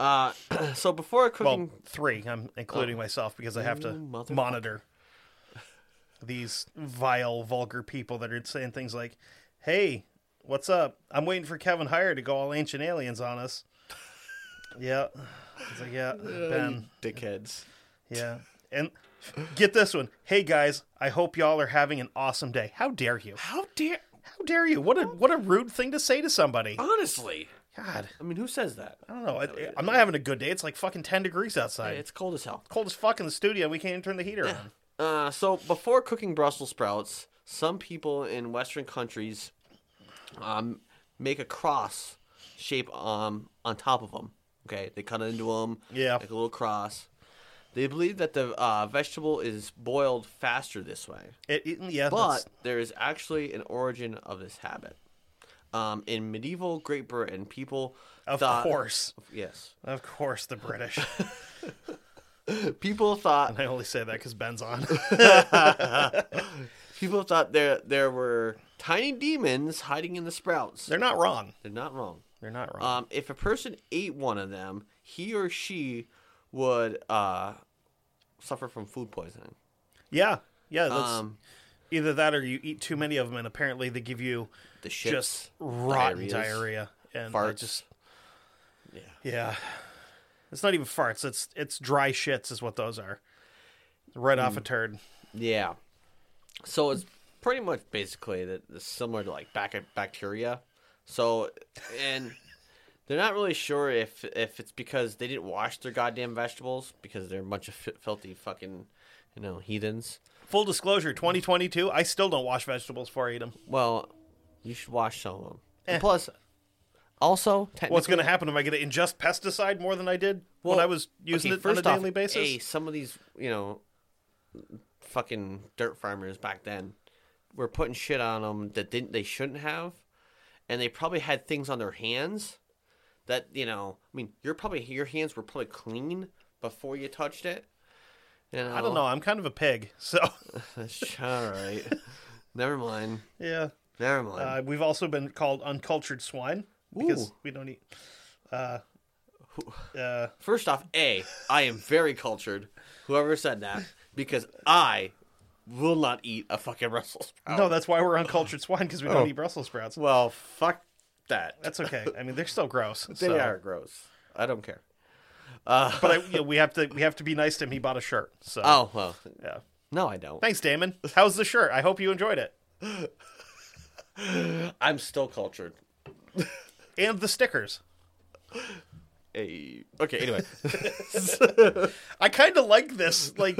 Speaker 2: Uh, so before
Speaker 3: well
Speaker 2: cooking,
Speaker 3: three i'm including myself because i have to
Speaker 2: Oh. Mm, motherfucker.
Speaker 3: monitor these vile vulgar people that are saying things like hey what's up i'm waiting for kevin Heyer to go all ancient aliens on us yeah it's like yeah ben
Speaker 2: dickheads.
Speaker 3: yeah and get this one hey guys i hope y'all are having an awesome day how dare you
Speaker 2: How dare?
Speaker 3: how dare you what a what a rude thing to say to somebody
Speaker 2: Oh, Honestly,
Speaker 3: god
Speaker 2: I mean, who says that?
Speaker 3: i don't know I, i'm not having a good day it's like fucking 10 degrees outside
Speaker 2: It's cold as hell.
Speaker 3: cold as fuck in the studio and we can't even turn the heater on
Speaker 2: Uh, so before cooking Brussels sprouts, some people in Western countries, um, make a cross shape um on top of them. Okay, they cut into them.
Speaker 3: Yeah.
Speaker 2: like a little cross. They believe that the uh, vegetable is boiled faster this way.
Speaker 3: It, it- yeah,
Speaker 2: But
Speaker 3: that's-
Speaker 2: there is actually an origin of this habit. Um, in medieval Great Britain, people
Speaker 3: of
Speaker 2: thought,
Speaker 3: course,
Speaker 2: yes,
Speaker 3: of course, the British.
Speaker 2: people thought
Speaker 3: I only say that because Ben's on.
Speaker 2: people thought there there were tiny demons hiding in the sprouts.
Speaker 3: They're not wrong.
Speaker 2: They're not wrong.
Speaker 3: They're not wrong.
Speaker 2: Um, if a person ate one of them, he or she would uh, suffer from food poisoning.
Speaker 3: yeah, yeah. That's
Speaker 2: Um,
Speaker 3: either that or you eat too many of them, and apparently they give you
Speaker 2: the shits,
Speaker 3: just rotten
Speaker 2: diarrheas,
Speaker 3: diarrhea and I
Speaker 2: farts.
Speaker 3: just
Speaker 2: Yeah.
Speaker 3: yeah. It's not even farts. It's it's dry shits is what those are. Right
Speaker 2: Hmm.
Speaker 3: off a turd.
Speaker 2: Yeah. So it's pretty much basically that it's similar to like bac- bacteria. So and they're not really sure if if it's because they didn't wash their goddamn vegetables because they're a bunch of fi- filthy fucking you know heathens.
Speaker 3: Full disclosure: 2022. I still don't wash vegetables before I eat them.
Speaker 2: Well, you should wash some of them. And plus, also
Speaker 3: What's going to
Speaker 2: technically-
Speaker 3: happen? Am I going to ingest pesticide more than I did
Speaker 2: Well,
Speaker 3: when I was using
Speaker 2: okay,
Speaker 3: it on a
Speaker 2: first off,
Speaker 3: daily basis?
Speaker 2: A, some of these, you know, fucking dirt farmers back then were putting shit on them that didn't they shouldn't have, and they probably had things on their hands that you know. I mean, you're probably your hands were probably clean before you touched it. You know?
Speaker 3: I don't know. I'm kind of a pig, so
Speaker 2: All right, never mind.
Speaker 3: yeah.
Speaker 2: Never mind.
Speaker 3: Uh, we've also been called uncultured swine because
Speaker 2: Ooh.
Speaker 3: we don't eat. Uh, uh,
Speaker 2: First off, A, I am very cultured. Whoever said that, because I will not eat a fucking Brussels sprout.
Speaker 3: no, that's why we're uncultured swine because we don't eat Brussels sprouts.
Speaker 2: Oh. Well, fuck that.
Speaker 3: That's okay. I mean, they're still gross.
Speaker 2: They
Speaker 3: so-
Speaker 2: are gross. I don't care.
Speaker 3: But I, you know, we have to we have to be nice to him. He bought a shirt. So
Speaker 2: Oh well,
Speaker 3: yeah.
Speaker 2: no, I don't.
Speaker 3: Thanks, Damon. How's the shirt? I hope you enjoyed it.
Speaker 2: I'm still cultured.
Speaker 3: And the stickers.
Speaker 2: Hey. Okay. Anyway,
Speaker 3: I kind of like this. Like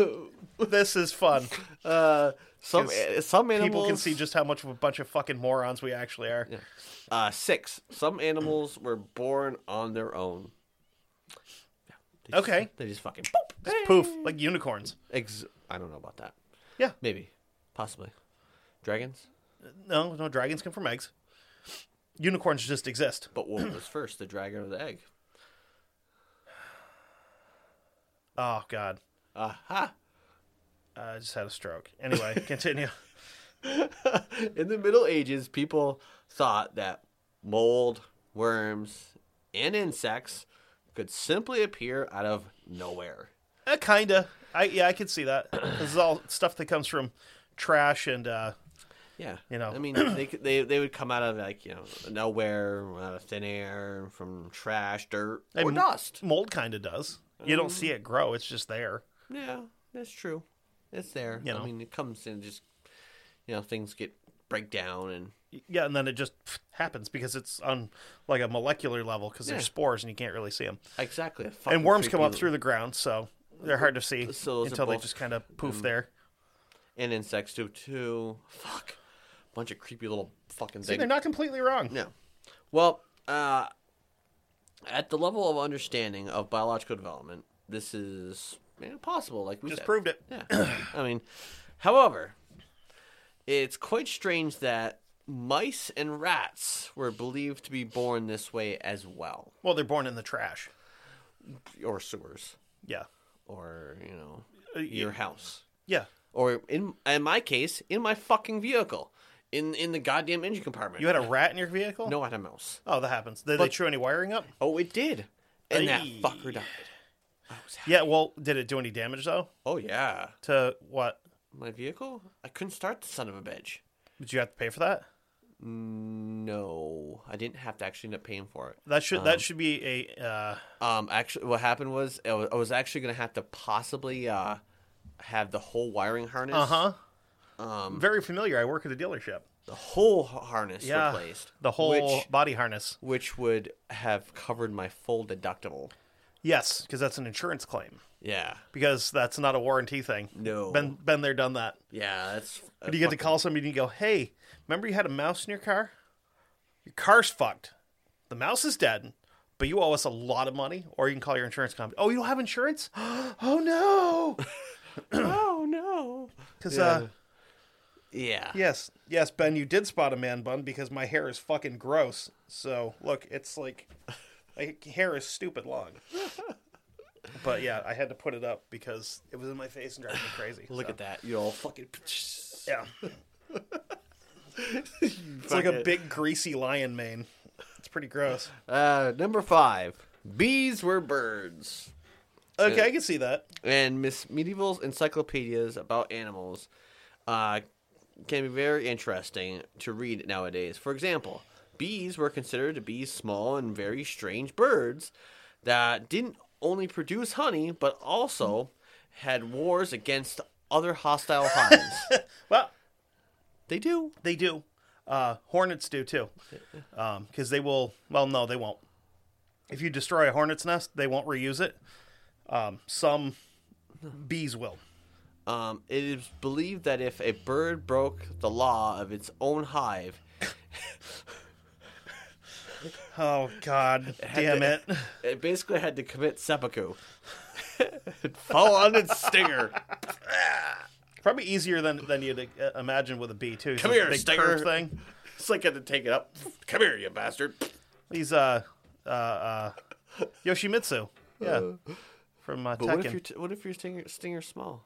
Speaker 3: this is fun.
Speaker 2: uh, some some animals
Speaker 3: People can see just how much of a bunch of fucking morons we actually are.
Speaker 2: uh, six. Some animals were born on their own. Yeah, they just-
Speaker 3: Okay.
Speaker 2: they just fucking boop.
Speaker 3: Just poof, like unicorns.
Speaker 2: Ex- I don't know about that.
Speaker 3: Yeah.
Speaker 2: Maybe, possibly, dragons.
Speaker 3: No, no, dragons come from eggs. Unicorns just exist.
Speaker 2: But what was first, the dragon or the egg?
Speaker 3: Oh God,
Speaker 2: Aha!
Speaker 3: I just had a stroke. Anyway, continue.
Speaker 2: In the Middle Ages, people thought that mold, worms, and insects could simply appear out of nowhere.
Speaker 3: Uh, kinda. I yeah, I could see that. This is all stuff that comes from trash and uh,
Speaker 2: Yeah,
Speaker 3: You know.
Speaker 2: I mean, they could- they they would come out of like you know nowhere, out of thin air, from trash, dirt, or
Speaker 3: and
Speaker 2: dust. Mm.
Speaker 3: Mold kind of does. You don't see it grow. It's just there.
Speaker 2: Yeah, that's true. It's there.
Speaker 3: You know.
Speaker 2: I mean, it comes and just you know things get break down and
Speaker 3: Yeah, and then it just pff, happens because it's on like a molecular level because they're
Speaker 2: Yeah.
Speaker 3: spores and you can't really see them.
Speaker 2: exactly.
Speaker 3: and worms come up through the ground, so they're hard to see
Speaker 2: So those are
Speaker 3: until they
Speaker 2: both,
Speaker 3: just kind of poof there.
Speaker 2: and insects do too. Fuck, bunch of creepy little fucking
Speaker 3: See,
Speaker 2: things.
Speaker 3: they're not completely wrong.
Speaker 2: No. Well, uh, at the level of understanding of biological development, this is you know, possible. Like we
Speaker 3: Just
Speaker 2: said.
Speaker 3: proved it.
Speaker 2: Yeah. I mean, however, it's quite strange that mice and rats were believed to be born this way as well,
Speaker 3: Well, they're born in the trash.
Speaker 2: or sewers,
Speaker 3: Yeah,
Speaker 2: or you know,
Speaker 3: Uh, y-
Speaker 2: your house,
Speaker 3: yeah.
Speaker 2: or in in my case, in my fucking vehicle, in in the goddamn engine compartment.
Speaker 3: You had a rat in your vehicle?
Speaker 2: no, I had a mouse.
Speaker 3: Oh, that happens. Did they chew any wiring up?
Speaker 2: Oh, it did. And that
Speaker 3: Aye.
Speaker 2: fucker died.
Speaker 3: Yeah. Well, did it do any damage though?
Speaker 2: Oh yeah,
Speaker 3: To what?
Speaker 2: my vehicle. I couldn't start the son of a bitch.
Speaker 3: Did you have to pay for that?
Speaker 2: No, I didn't have to actually end up paying for it.
Speaker 3: That should that should be a uh,
Speaker 2: Um, actually, what happened was I was, I was actually gonna have to possibly uh have the whole wiring harness,
Speaker 3: uh huh. Very familiar. I work at a dealership.
Speaker 2: the whole harness
Speaker 3: Yeah,
Speaker 2: replaced,
Speaker 3: the whole
Speaker 2: which,
Speaker 3: body harness.
Speaker 2: which would have covered my full deductible.
Speaker 3: Yes, because that's an insurance claim.
Speaker 2: Yeah,
Speaker 3: Because that's not a warranty thing.
Speaker 2: No.
Speaker 3: been been there, done that.
Speaker 2: yeah, that's.
Speaker 3: Do you get to call somebody and you go, "Hey, remember you had a mouse in your car? Your car's fucked. The mouse is dead, but you owe us a lot of money." Or you can call your insurance company. Oh, you don't have insurance? oh no!
Speaker 2: Oh no.
Speaker 3: Because uh,
Speaker 2: Yeah.
Speaker 3: yes, yes, Ben, you did spot a man bun because my hair is fucking gross. So look, it's like my hair is stupid long. But yeah, I had to put it up because it was in my face and driving me crazy.
Speaker 2: Look
Speaker 3: so.
Speaker 2: at that. You all fucking.
Speaker 3: Yeah. it's like a big greasy lion mane. It's pretty gross.
Speaker 2: Uh, number five. Bees were birds.
Speaker 3: Okay, I can see that.
Speaker 2: and mis- medieval encyclopedias about animals uh, can be very interesting to read nowadays. For example, bees were considered to be small and very strange birds that didn't only produce honey but also had wars against other hostile hives.
Speaker 3: Well,
Speaker 2: they do.
Speaker 3: they do. Uh, hornets do too, because they will. Well, no, they won't. If you destroy a hornet's nest, they won't reuse it. Um, some bees will.
Speaker 2: Um, it is believed that if a bird broke the law of its own hive,
Speaker 3: Oh God, damn it!
Speaker 2: it basically had to commit seppuku. It'd fall on its stinger.
Speaker 3: Probably easier than than you'd uh, imagine with a bee too.
Speaker 2: Come
Speaker 3: It's a
Speaker 2: here,
Speaker 3: big
Speaker 2: stinger.
Speaker 3: curved thing.
Speaker 2: It's like had to take it up. Come here, you bastard.
Speaker 3: He's uh, uh, uh, Yoshimitsu. Yeah, from uh,
Speaker 2: But
Speaker 3: Tekken.
Speaker 2: what if your t- what if your stinger stinger's small?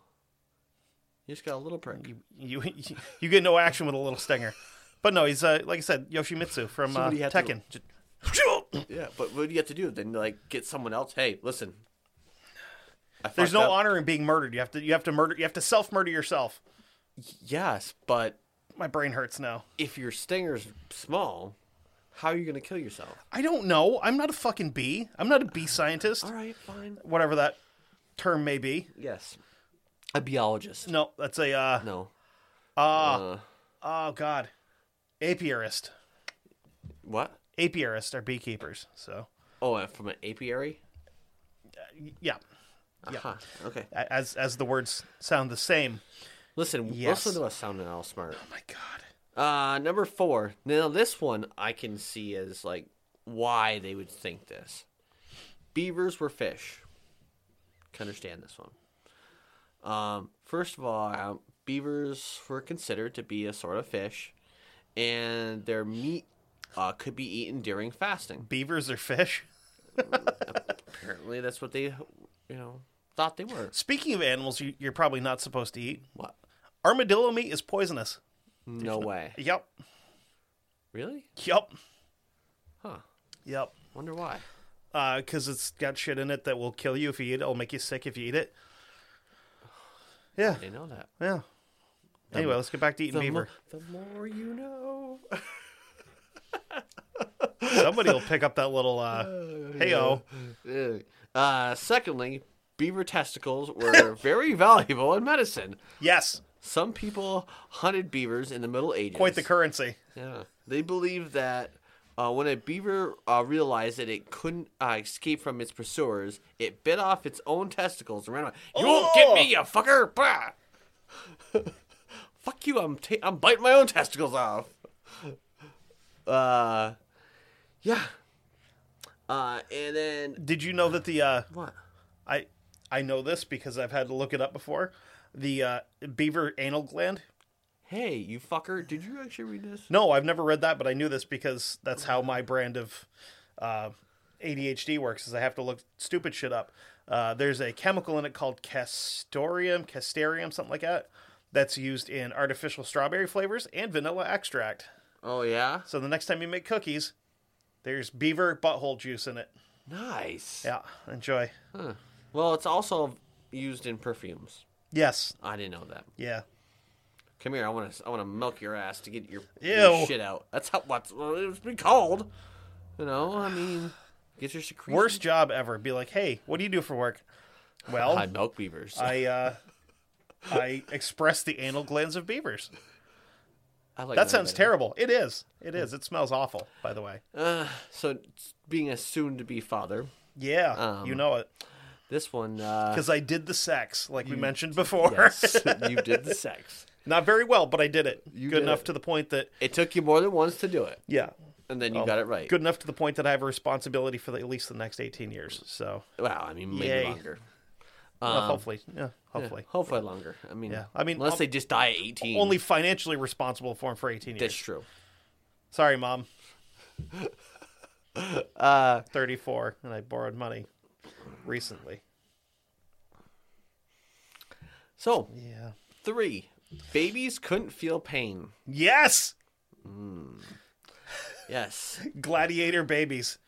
Speaker 2: You just got a little prick.
Speaker 3: you you get no action with a little stinger. But no, he's uh, like I said, Yoshimitsu from uh,
Speaker 2: Somebody had to-
Speaker 3: Tekken.
Speaker 2: yeah, but what do you have to do then? Like get someone else? Hey, listen. I
Speaker 3: There's
Speaker 2: fucked
Speaker 3: no
Speaker 2: up.
Speaker 3: honor in being murdered. You have to you have to murder you have to self murder yourself.
Speaker 2: Yes, but
Speaker 3: My brain hurts now.
Speaker 2: if your stinger's small, how are you gonna kill yourself?
Speaker 3: I don't know. I'm not a fucking bee. I'm not a bee scientist.
Speaker 2: All right, fine.
Speaker 3: Whatever that term may be.
Speaker 2: Yes, a biologist.
Speaker 3: No, that's a uh,
Speaker 2: No. Uh,
Speaker 3: oh god, apiarist.
Speaker 2: What?
Speaker 3: Apiarists are beekeepers. So
Speaker 2: Oh, uh, from an apiary.
Speaker 3: yeah, Uh,
Speaker 2: Aha, Okay.
Speaker 3: A- as as the words sound the same.
Speaker 2: Listen.
Speaker 3: Yes.
Speaker 2: Listen to us sounding all smart.
Speaker 3: My god.
Speaker 2: Uh, number four. Now this one I can see as like why they would think this. Beavers were fish. Can understand this one. Um, first of all, uh, beavers were considered to be a sort of fish, and their meat uh, could be eaten during fasting.
Speaker 3: Beavers are fish.
Speaker 2: Apparently, that's what they, you know, thought they were.
Speaker 3: Speaking of animals, you, you're probably not supposed to eat.
Speaker 2: What?
Speaker 3: Armadillo meat is poisonous.
Speaker 2: No way.
Speaker 3: Yep.
Speaker 2: Really?
Speaker 3: Yep.
Speaker 2: Huh.
Speaker 3: Yep.
Speaker 2: Wonder why.
Speaker 3: Because Uh, it's got shit in it that will kill you if you eat it. It'll make you sick if you eat it. Yeah.
Speaker 2: They know that.
Speaker 3: Yeah. Anyway, let's get back to eating
Speaker 2: The, mo-
Speaker 3: beaver.
Speaker 2: the more you know.
Speaker 3: Somebody will pick up that little uh, hey-o.
Speaker 2: Uh, secondly, beaver testicles were very valuable in medicine.
Speaker 3: Yes.
Speaker 2: Some people hunted beavers in the Middle Ages.
Speaker 3: Quite the currency.
Speaker 2: Yeah. They believed that uh, when a beaver uh, realized that it couldn't uh, escape from its pursuers, it bit off its own testicles and ran away. You won't get me, you
Speaker 3: Oh!
Speaker 2: fucker! Bah! Fuck you! I'm ta- I'm biting my own testicles off. Uh, yeah. Uh, and then
Speaker 3: Did you know that the uh,
Speaker 2: what?
Speaker 3: I I know this because I've had to look it up before. The uh, beaver anal gland.
Speaker 2: Hey, you fucker! Did you actually read this?
Speaker 3: No, I've never read that, but I knew this because that's how my brand of uh, ADHD works. Is I have to look stupid shit up. Uh, there's a chemical in it called castoreum, castoreum, something like that. That's used in artificial strawberry flavors and vanilla extract.
Speaker 2: Oh yeah,
Speaker 3: So the next time you make cookies, there's beaver butthole juice in it.
Speaker 2: nice.
Speaker 3: Yeah, enjoy.
Speaker 2: Well, it's also used in perfumes.
Speaker 3: Yes.
Speaker 2: I didn't know that.
Speaker 3: Yeah.
Speaker 2: Come here, I want to, I want to milk your ass to get your, your
Speaker 3: Ew.
Speaker 2: shit out. That's how what's well, it's been called. You know, I mean, get your secretions.
Speaker 3: Worst job ever. Be like, hey, what do you do for work? Well,
Speaker 2: I milk beavers. I,
Speaker 3: I uh, I express the anal glands of beavers.
Speaker 2: like
Speaker 3: That sounds
Speaker 2: better.
Speaker 3: terrible. It is. It
Speaker 2: Mm.
Speaker 3: is. It smells awful. By the way.
Speaker 2: Uh, So, it's being a soon-to-be father,
Speaker 3: Yeah,
Speaker 2: um,
Speaker 3: you know it.
Speaker 2: this one, uh,
Speaker 3: Because I did the sex, like we mentioned before.
Speaker 2: yes, you did the sex.
Speaker 3: Not very well, but I did it.
Speaker 2: did
Speaker 3: good enough
Speaker 2: it.
Speaker 3: to the point that
Speaker 2: It took you more than once to do it,
Speaker 3: yeah.
Speaker 2: and then you got it right.
Speaker 3: Oh, Good enough to the point that I have a responsibility for the, at least the next eighteen years. So
Speaker 2: Wow, I mean, maybe
Speaker 3: Yay.
Speaker 2: longer. Um,
Speaker 3: well, hopefully, yeah, hopefully,
Speaker 2: Hopefully longer. I mean,
Speaker 3: Yeah, I mean,
Speaker 2: unless
Speaker 3: I'll-
Speaker 2: they just die at eighteen.
Speaker 3: only financially responsible for him for eighteen
Speaker 2: Mm. that's
Speaker 3: years.
Speaker 2: true.
Speaker 3: Sorry, mom. uh, thirty-four, and I borrowed money recently.
Speaker 2: So
Speaker 3: Yeah.
Speaker 2: three babies couldn't feel pain.
Speaker 3: Yes,
Speaker 2: Yes.
Speaker 3: gladiator babies,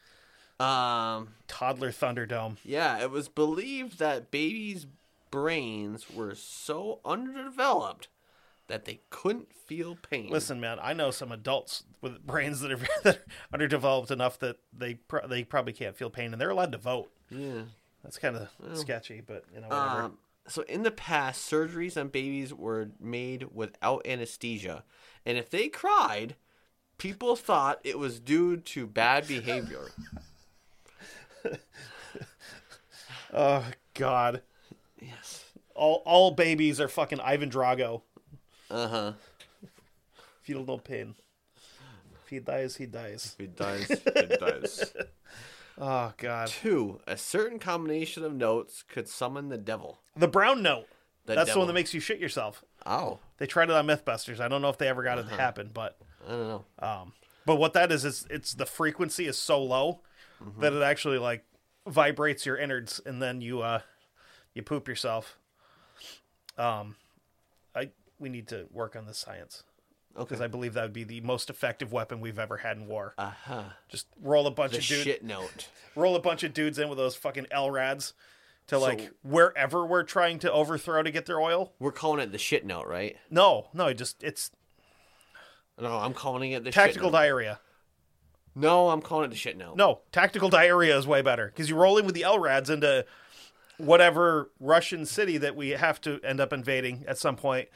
Speaker 2: Um.
Speaker 3: toddler Thunderdome.
Speaker 2: Yeah, it was believed that babies' brains were so underdeveloped that they couldn't feel pain.
Speaker 3: Listen, man, I know some adults with brains that are, that are underdeveloped enough that they pro- they probably can't feel pain, and they're allowed to vote.
Speaker 2: Yeah.
Speaker 3: That's kind of sketchy, but you know, whatever.
Speaker 2: Um, so in the past, surgeries on babies were made without anesthesia, and if they cried, people thought it was due to bad behavior.
Speaker 3: oh God,
Speaker 2: yes.
Speaker 3: all all babies are fucking Ivan Drago.
Speaker 2: Uh huh.
Speaker 3: Feel no pain. If he dies, he dies.
Speaker 2: It does. It does.
Speaker 3: Oh God,
Speaker 2: Two. A certain combination of notes could summon the devil.
Speaker 3: the brown note.
Speaker 2: The
Speaker 3: That's the
Speaker 2: devil.
Speaker 3: one that makes you shit yourself.
Speaker 2: Oh,
Speaker 3: They tried it on MythBusters. I don't know if they ever got it to happen, but
Speaker 2: Uh-huh.
Speaker 3: um,
Speaker 2: I don't know.
Speaker 3: But what that is, is it's the frequency is so low
Speaker 2: Mm-hmm.
Speaker 3: that it actually like vibrates your innards, and then you uh you poop yourself. Um, I we need to work on the science
Speaker 2: Okay.
Speaker 3: because I believe that would be the most effective weapon we've ever had in war. Uh huh. Just roll a bunch
Speaker 2: Uh-huh. the
Speaker 3: of dudes,
Speaker 2: shit note.
Speaker 3: roll a bunch of dudes in with those fucking LRADs to like
Speaker 2: So-
Speaker 3: wherever we're trying to overthrow to get their oil.
Speaker 2: We're calling it the shit note, right?
Speaker 3: No, no, it just it's
Speaker 2: No, I'm calling it the
Speaker 3: tactical
Speaker 2: shit note.
Speaker 3: diarrhea.
Speaker 2: No, I'm calling it the shit note.
Speaker 3: No, tactical diarrhea is way better because you're rolling with the LRADs into whatever Russian city that we have to end up invading at some point,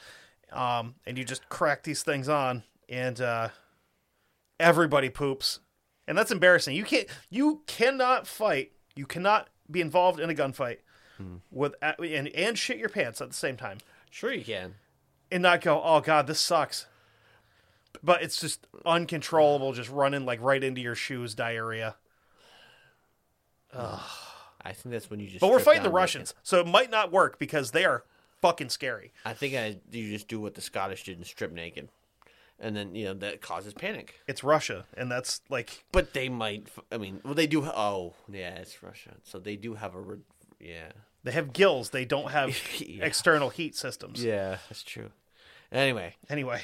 Speaker 3: um, and you just crack these things on, and uh, everybody poops, and that's embarrassing. You can't, you cannot fight, you cannot be involved in a gunfight with uh, and and shit your pants at the same time,
Speaker 2: Sure you can.
Speaker 3: and not go, oh god, this sucks. But it's just uncontrollable, just running like right into your shoes, diarrhea.
Speaker 2: I think that's when you just.
Speaker 3: But we're
Speaker 2: strip
Speaker 3: fighting the
Speaker 2: down
Speaker 3: Russians, so it might not work because they are fucking scary.
Speaker 2: naked. I think I you just do what the Scottish did and strip naked, and then you know that causes panic.
Speaker 3: It's Russia, and that's like
Speaker 2: But they might. f- I mean, well, they do. Oh, yeah, it's Russia, so they do have a. re- Yeah,
Speaker 3: they have gills. They don't have
Speaker 2: Yeah.
Speaker 3: external heat systems.
Speaker 2: yeah, Uh. that's true. Anyway,
Speaker 3: Anyway,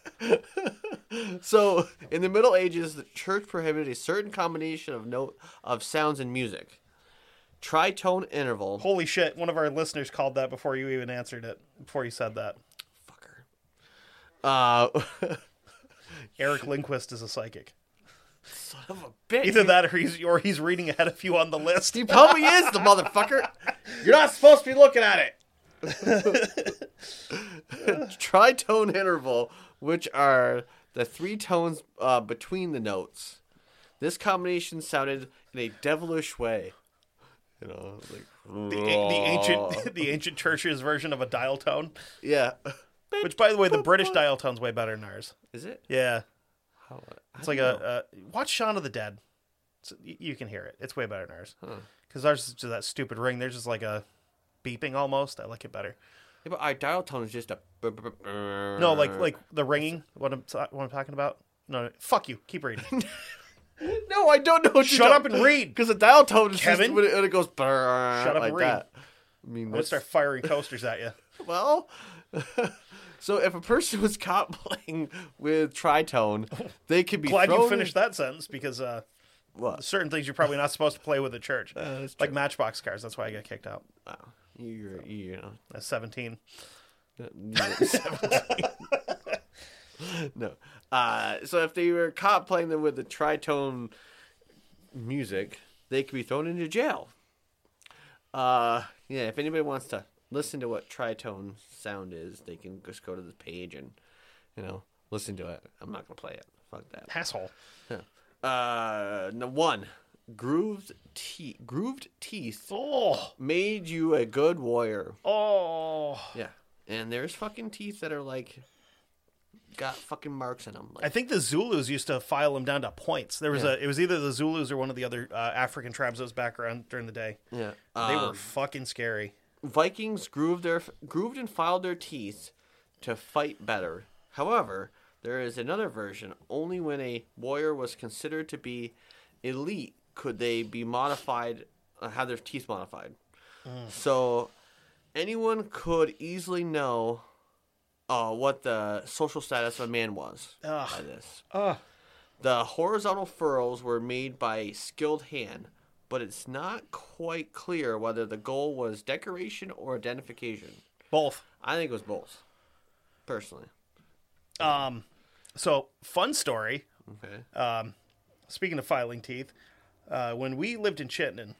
Speaker 2: so in the Middle Ages, the church prohibited a certain combination of note of sounds and music, tritone interval.
Speaker 3: holy shit! One of our listeners called that before you even answered it. Before you said that,
Speaker 2: Fucker. Uh,
Speaker 3: Eric Lindquist is a psychic.
Speaker 2: son of a bitch.
Speaker 3: Either that, or he's or he's reading ahead of you on the list.
Speaker 2: He probably is the motherfucker. You're not supposed to be looking at it. Tritone interval, which are the three tones uh, between the notes. This combination sounded in a devilish way. You know, like
Speaker 3: The, a- the ancient the ancient church's version of a dial tone.
Speaker 2: yeah.
Speaker 3: Which, by the way, the British dial tone's way better than ours.
Speaker 2: Is it?
Speaker 3: Yeah,
Speaker 2: How- I
Speaker 3: it's like
Speaker 2: don't know.
Speaker 3: a, a watch Shaun of the Dead. It's, y- you can hear it. It's way better than ours because ours is just that stupid ring. There's just like a beeping almost. I like it better.
Speaker 2: Yeah, but our dial tone is just a.
Speaker 3: No, like like the ringing. What I'm ta- what I'm talking about. No, no, fuck you. Keep reading.
Speaker 2: No, I don't know. What
Speaker 3: Shut up and read.
Speaker 2: Because the dial tone is
Speaker 3: Kevin?
Speaker 2: just when it, when it goes. Shut up
Speaker 3: up and
Speaker 2: like
Speaker 3: read.
Speaker 2: That. I mean,
Speaker 3: I'm gonna
Speaker 2: that's
Speaker 3: start firing coasters at you.
Speaker 2: Well, so if a person was caught playing with tritone, they could be
Speaker 3: Glad
Speaker 2: thrown
Speaker 3: you finished that sentence because uh,
Speaker 2: What?
Speaker 3: certain things you're probably not supposed to play with at church,
Speaker 2: Uh, that's
Speaker 3: like Matchbox cars. That's why I got kicked out
Speaker 2: Wow. You're, you know,
Speaker 3: at 17.
Speaker 2: no. Uh, so if they were caught playing them with the tritone music, they could be thrown into jail. Uh, yeah, if anybody wants to listen to what tritone sound is, they can just go to the page and, you know, listen to it. I'm not going to play it. Fuck that.
Speaker 3: Asshole.
Speaker 2: Uh, no, one grooved te- grooved teeth
Speaker 3: Oh,
Speaker 2: made you a good warrior.
Speaker 3: oh.
Speaker 2: Yeah, and there's fucking teeth that are like got fucking marks in them. Like,
Speaker 3: I think the Zulus used to file them down to points. There was a. It was either the Zulus or one of the other uh, African tribes that was back around during the day.
Speaker 2: yeah,
Speaker 3: They
Speaker 2: uh,
Speaker 3: were fucking scary.
Speaker 2: Vikings grooved their grooved and filed their teeth to fight better. However, there is another version. Only when a warrior was considered to be elite could they be modified, uh, have their teeth modified.
Speaker 3: Mm.
Speaker 2: So anyone could easily know uh, what the social status of a man was by this. The horizontal furrows were made by a skilled hand, but it's not quite clear whether the goal was decoration or identification.
Speaker 3: Both.
Speaker 2: I think it was both, personally.
Speaker 3: Um, so fun story.
Speaker 2: Okay.
Speaker 3: Speaking of filing teeth, uh, when we lived in Chittenden,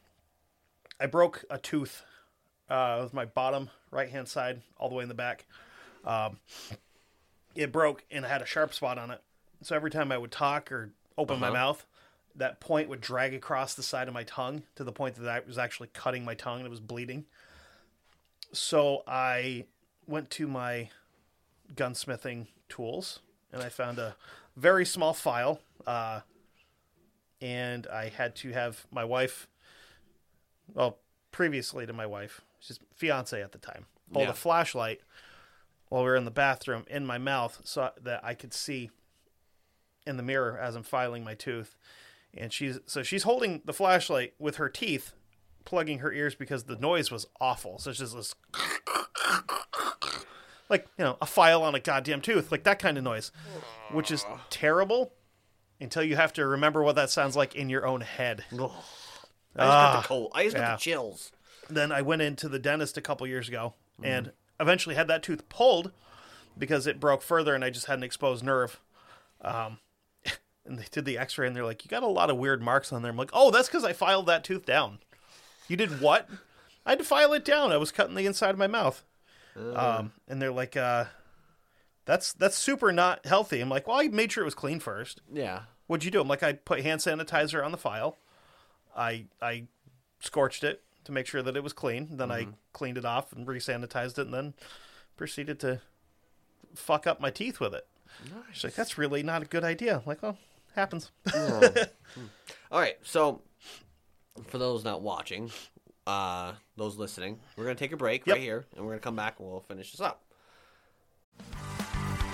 Speaker 3: I broke a tooth uh, with my bottom right hand side, all the way in the back. Um, it broke, and I had a sharp spot on it. So every time I would talk or open my mouth, that point would drag across the side of my tongue to the point that I was actually cutting my tongue and it was bleeding. So I went to my gunsmithing tools and I found a very small file. Uh, and I had to have my wife, well, previously to my wife, she's fiance at the time, hold
Speaker 2: Yeah.
Speaker 3: a flashlight while we were in the bathroom in my mouth so that I could see in the mirror as I'm filing my tooth. And she's so she's holding the flashlight with her teeth plugging her ears because the noise was awful. So it's just this like, you know, a file on a goddamn tooth, like that kind of noise, which is terrible until you have to remember what that sounds like in your own head.
Speaker 2: I just got the cold. I just
Speaker 3: yeah.
Speaker 2: got the chills.
Speaker 3: then I went into the dentist a couple years ago and eventually had that tooth pulled because it broke further and I just had an exposed nerve. Um, and they did the x ray and they're like, You got a lot of weird marks on there. I'm like, Oh, that's because I filed that tooth down. You did what? I had to file it down. I was cutting the inside of my mouth. Um, and they're like, uh, that's that's super not healthy. I'm like, well, I made sure it was clean first.
Speaker 2: Yeah.
Speaker 3: What'd you do? I'm like, I put hand sanitizer on the file. I I scorched it to make sure that it was clean. Then I cleaned it off and re-sanitized it, and then proceeded to fuck up my teeth with it. She's like, that's really not a good idea. I'm like, well, happens.
Speaker 2: All right. So, for those not watching, uh, those listening, we're gonna take a break
Speaker 3: Yep.
Speaker 2: right here, and we're gonna come back and we'll finish this up.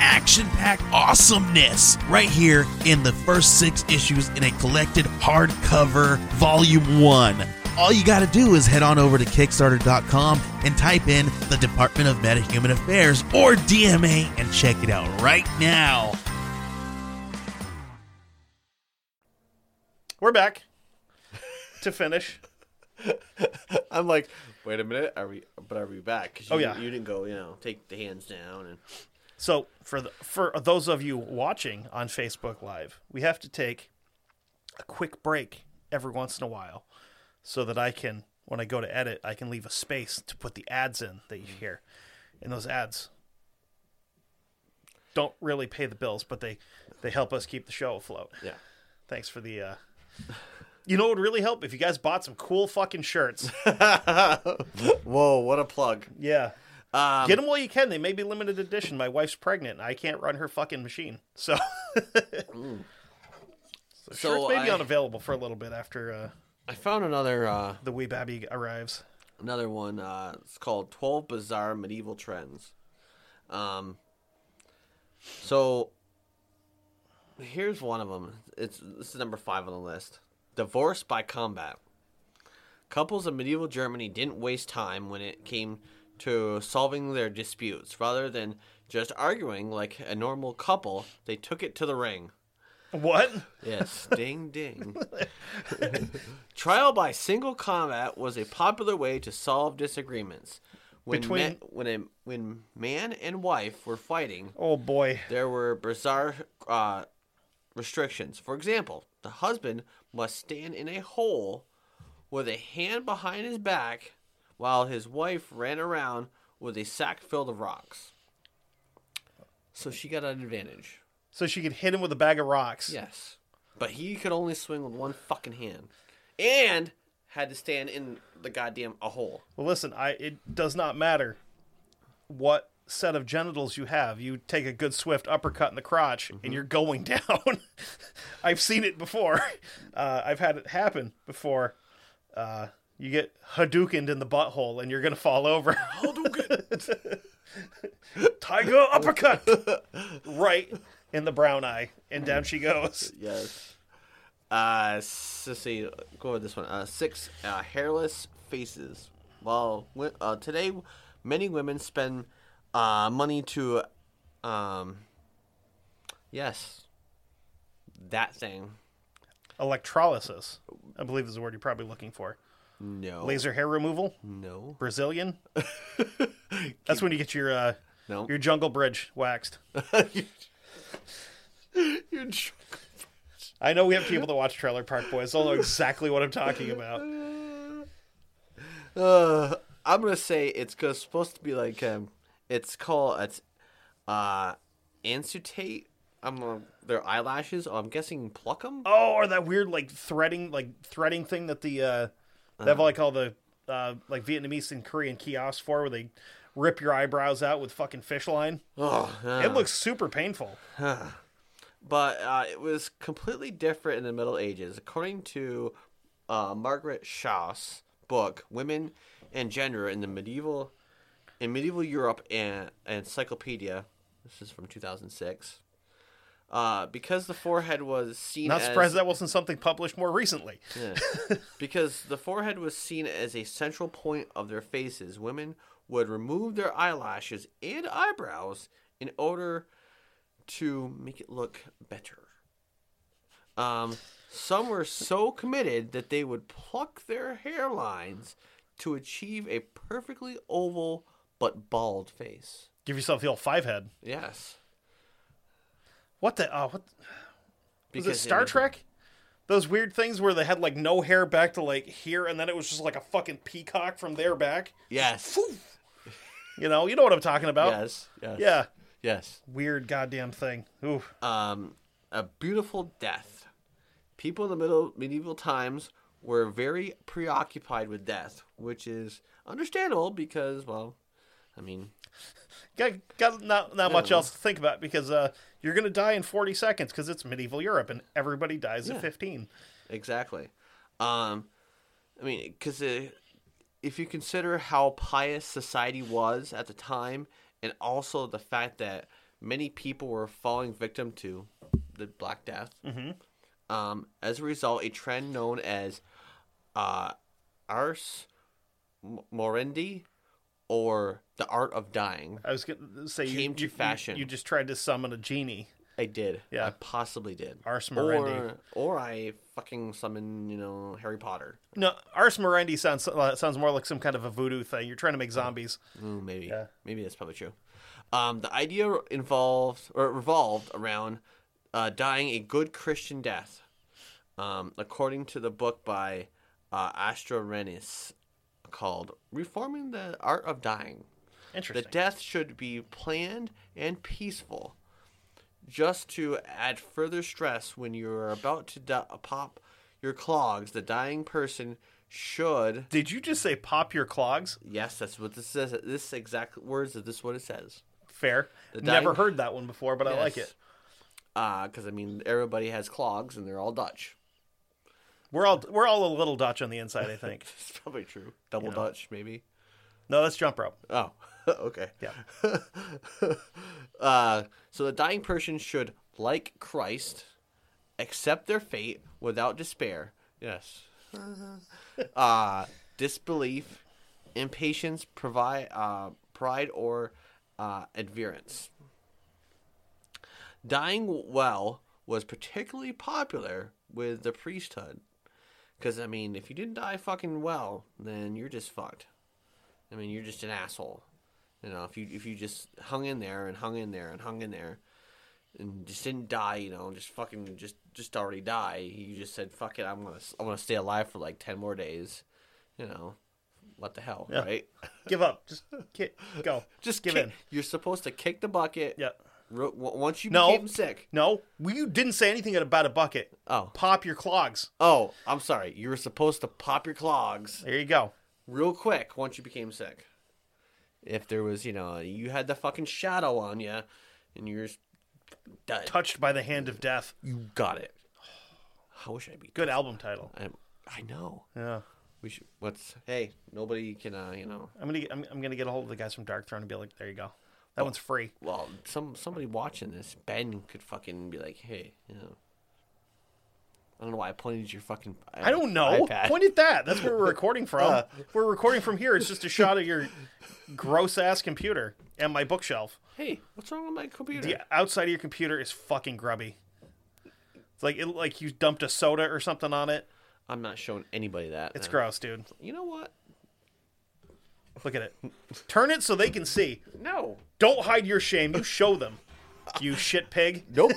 Speaker 5: action packed awesomeness right here in the first six issues in a collected hardcover volume one. All you got to do is head on over to Kickstarter.com and type in the Department of MetaHuman Affairs or DMA and check it out right now.
Speaker 3: We're back to finish.
Speaker 2: I'm like, wait a minute, are we? But are we back? 'Cause
Speaker 3: Oh,
Speaker 2: you-
Speaker 3: yeah.
Speaker 2: you didn't go. You know, take the hands down and
Speaker 3: So for the, for those of you watching on Facebook Live, we have to take a quick break every once in a while, so that I can, when I go to edit, I can leave a space to put the ads in that you hear, and those ads don't really pay the bills, but they they help us keep the show afloat.
Speaker 2: yeah.
Speaker 3: Thanks for the. uh You know, it would really help if you guys bought some cool fucking shirts.
Speaker 2: Whoa, what a plug!
Speaker 3: Yeah. Get them while you can. They may be limited edition. My wife's pregnant. And I can't run her fucking machine. So, so, shirts may be
Speaker 2: I-
Speaker 3: unavailable for a little bit after uh,
Speaker 2: I found another uh,
Speaker 3: the wee babby arrives.
Speaker 2: another one. Uh, it's called Twelve Bizarre Medieval Trends. Um, so here's one of them. It's this is number five on the list. Divorce by combat. Couples in medieval Germany didn't waste time when it came to solving their disputes. Rather than just arguing like a normal couple, they took it to the ring.
Speaker 3: What?
Speaker 2: Yes, ding ding. Trial by single combat was a popular way to solve disagreements. When
Speaker 3: Between-
Speaker 2: ma- when a, when man and wife were fighting,
Speaker 3: Oh boy.
Speaker 2: there were bizarre uh, restrictions. For example, the husband must stand in a hole with a hand behind his back while his wife ran around with a sack filled of rocks. So she got an advantage.
Speaker 3: So she could hit him with a bag of rocks.
Speaker 2: Yes. But he could only swing with one fucking hand. And had to stand in the goddamn a hole.
Speaker 3: Well, listen. I. It does not matter what set of genitals you have. You take a good swift uppercut in the crotch, and you're going down. I've seen it before. Uh, I've had it happen before. Uh, you get Hadoukened in the butthole, and you're gonna fall over. Tiger uppercut, right in the brown eye, and down she goes.
Speaker 2: Yes. Uh, s- let's see. Go with this one. Uh, six uh, hairless faces. Well, wi- uh, today many women spend uh, money to, um, yes, that thing.
Speaker 3: Electrolysis, I believe is the word you're probably looking for.
Speaker 2: No.
Speaker 3: Laser hair removal.
Speaker 2: No.
Speaker 3: Brazilian. That's when you get your uh,
Speaker 2: No.
Speaker 3: your jungle bridge waxed.
Speaker 2: You're tr-
Speaker 3: I know we have people that watch Trailer Park Boys. They'll know exactly what I'm talking about.
Speaker 2: Uh, I'm gonna say it's go- supposed to be like um, it's called it's uh, ansutate. I'm uh, their eyelashes. Oh, I'm guessing pluck them.
Speaker 3: Oh, or that weird like threading like threading thing that the uh, they have like all the uh, like Vietnamese and Korean kiosks for, where they rip your eyebrows out with fucking fish line. it looks super painful.
Speaker 2: but uh, it was completely different in the Middle Ages. According to uh, Margaret Schaus' book, Women and Gender in the Medieval in Medieval Europe and Encyclopedia, this is from 2006. Uh, because the forehead was seen
Speaker 3: Not
Speaker 2: as,
Speaker 3: surprised that wasn't something published more recently.
Speaker 2: Yeah. because the forehead was seen as a central point of their faces, women would remove their eyelashes and eyebrows in order to make it look better. Um, some were so committed that they would pluck their hairlines to achieve a perfectly oval but bald face.
Speaker 3: Give yourself the old five head.
Speaker 2: Yes.
Speaker 3: What the? Oh, what? Was it
Speaker 2: Because
Speaker 3: Star Trek? Those weird things where they had like no hair back to like here, and then it was just like a fucking peacock from there back.
Speaker 2: Yes.
Speaker 3: You know, Oh. you know what I'm talking about.
Speaker 2: Yes. Yes.
Speaker 3: Yeah.
Speaker 2: Yes.
Speaker 3: Weird goddamn thing. Ooh.
Speaker 2: Um, a beautiful death. People in the middle medieval times were very preoccupied with death, which is understandable because, well, I mean,
Speaker 3: Got, got not, not much else to think about because uh, you're going to die in 40 seconds because it's medieval Europe and everybody dies at 15.
Speaker 2: Exactly. Um, I mean, because if you consider how pious society was at the time, and also the fact that many people were falling victim to the Black Death,
Speaker 3: Mm-hmm.
Speaker 2: um, as a result, a trend known as uh, ars m- morendi, or the art of dying.
Speaker 3: I was going to say you,
Speaker 2: Came to
Speaker 3: you- you-
Speaker 2: fashion.
Speaker 3: You, just tried to summon a genie.
Speaker 2: I did.
Speaker 3: Yeah.
Speaker 2: I possibly did.
Speaker 3: Ars Morendi.
Speaker 2: Or, or I fucking summoned, you know, Harry Potter.
Speaker 3: No, Ars Moriendi sounds uh, sounds more like some kind of a voodoo thing. You're
Speaker 2: Oh.
Speaker 3: trying to make zombies.
Speaker 2: Ooh, maybe. Maybe that's probably true. Um, the idea involved or revolved around uh, dying a good Christian death, um, according to the book by uh, Astra Renis called "Reforming the Art of Dying." The
Speaker 3: Interesting.
Speaker 2: death should be planned and peaceful. Just to add further stress, when you are about to di- pop your clogs, the dying person should
Speaker 3: Did you just say pop your clogs?
Speaker 2: Yes, that's what this says. This exact words of this what it says.
Speaker 3: Fair.
Speaker 2: dying-
Speaker 3: Never heard that one before, but I like it.
Speaker 2: Because Uh, I mean, everybody has clogs, and they're all Dutch.
Speaker 3: We're all we're all a little Dutch on the inside, I think.
Speaker 2: It's probably true. Double Dutch, maybe.
Speaker 3: no, that's jump rope.
Speaker 2: Oh, okay.
Speaker 3: Yeah.
Speaker 2: uh, so the dying person should, like Christ, accept their fate without despair. Yes. uh, disbelief, impatience, provide, uh, pride, or uh, adherence. Dying well was particularly popular with the priesthood. Because, I mean, if you didn't die fucking well, then you're just fucked. I mean, you're just an asshole. You know, if you if you just hung in there and hung in there and hung in there, and just didn't die, you know, just fucking just just already die. You just said, "Fuck it, I'm gonna I'm gonna stay alive for like ten more days." You know, what the hell, right?
Speaker 3: Give up. Just kick, go.
Speaker 2: Just
Speaker 3: give
Speaker 2: kick,
Speaker 3: in.
Speaker 2: You're supposed to kick the bucket.
Speaker 3: Yeah.
Speaker 2: Ro- w- once you
Speaker 3: No.
Speaker 2: became sick.
Speaker 3: No, well, you didn't say anything about a bucket.
Speaker 2: Oh.
Speaker 3: Pop your clogs.
Speaker 2: Oh, I'm sorry. You were supposed to pop your clogs.
Speaker 3: There you go.
Speaker 2: real quick once you became sick. If there was, you know, you had the fucking shadow on you, and you're just dead.
Speaker 3: Touched by the hand of death.
Speaker 2: you got it. I wish I'd be
Speaker 3: Good album title.
Speaker 2: I, I know.
Speaker 3: Yeah.
Speaker 2: We should. What's hey? Nobody can. Uh, you know.
Speaker 3: I'm gonna get, I'm, I'm gonna get a hold of the guys from Dark Throne and be like, there you go. That
Speaker 2: Oh.
Speaker 3: one's free.
Speaker 2: Well, some somebody watching this, Ben could fucking be like, hey, you know. I don't know why I pointed your fucking.
Speaker 3: I don't know.
Speaker 2: iPad. Uh.
Speaker 3: When did that? That's where we're recording from. we're recording from here. It's just a shot of your gross ass computer and my bookshelf.
Speaker 2: Hey, what's wrong with my computer?
Speaker 3: The outside of your computer is fucking grubby. It's like it, like you dumped a soda or something on it.
Speaker 2: I'm not showing anybody that.
Speaker 3: It's
Speaker 2: Uh,
Speaker 3: gross, dude.
Speaker 2: You know what?
Speaker 3: Look at it. Turn it so they can see.
Speaker 2: No.
Speaker 3: Don't hide your shame. You show them. You shit pig.
Speaker 2: Nope.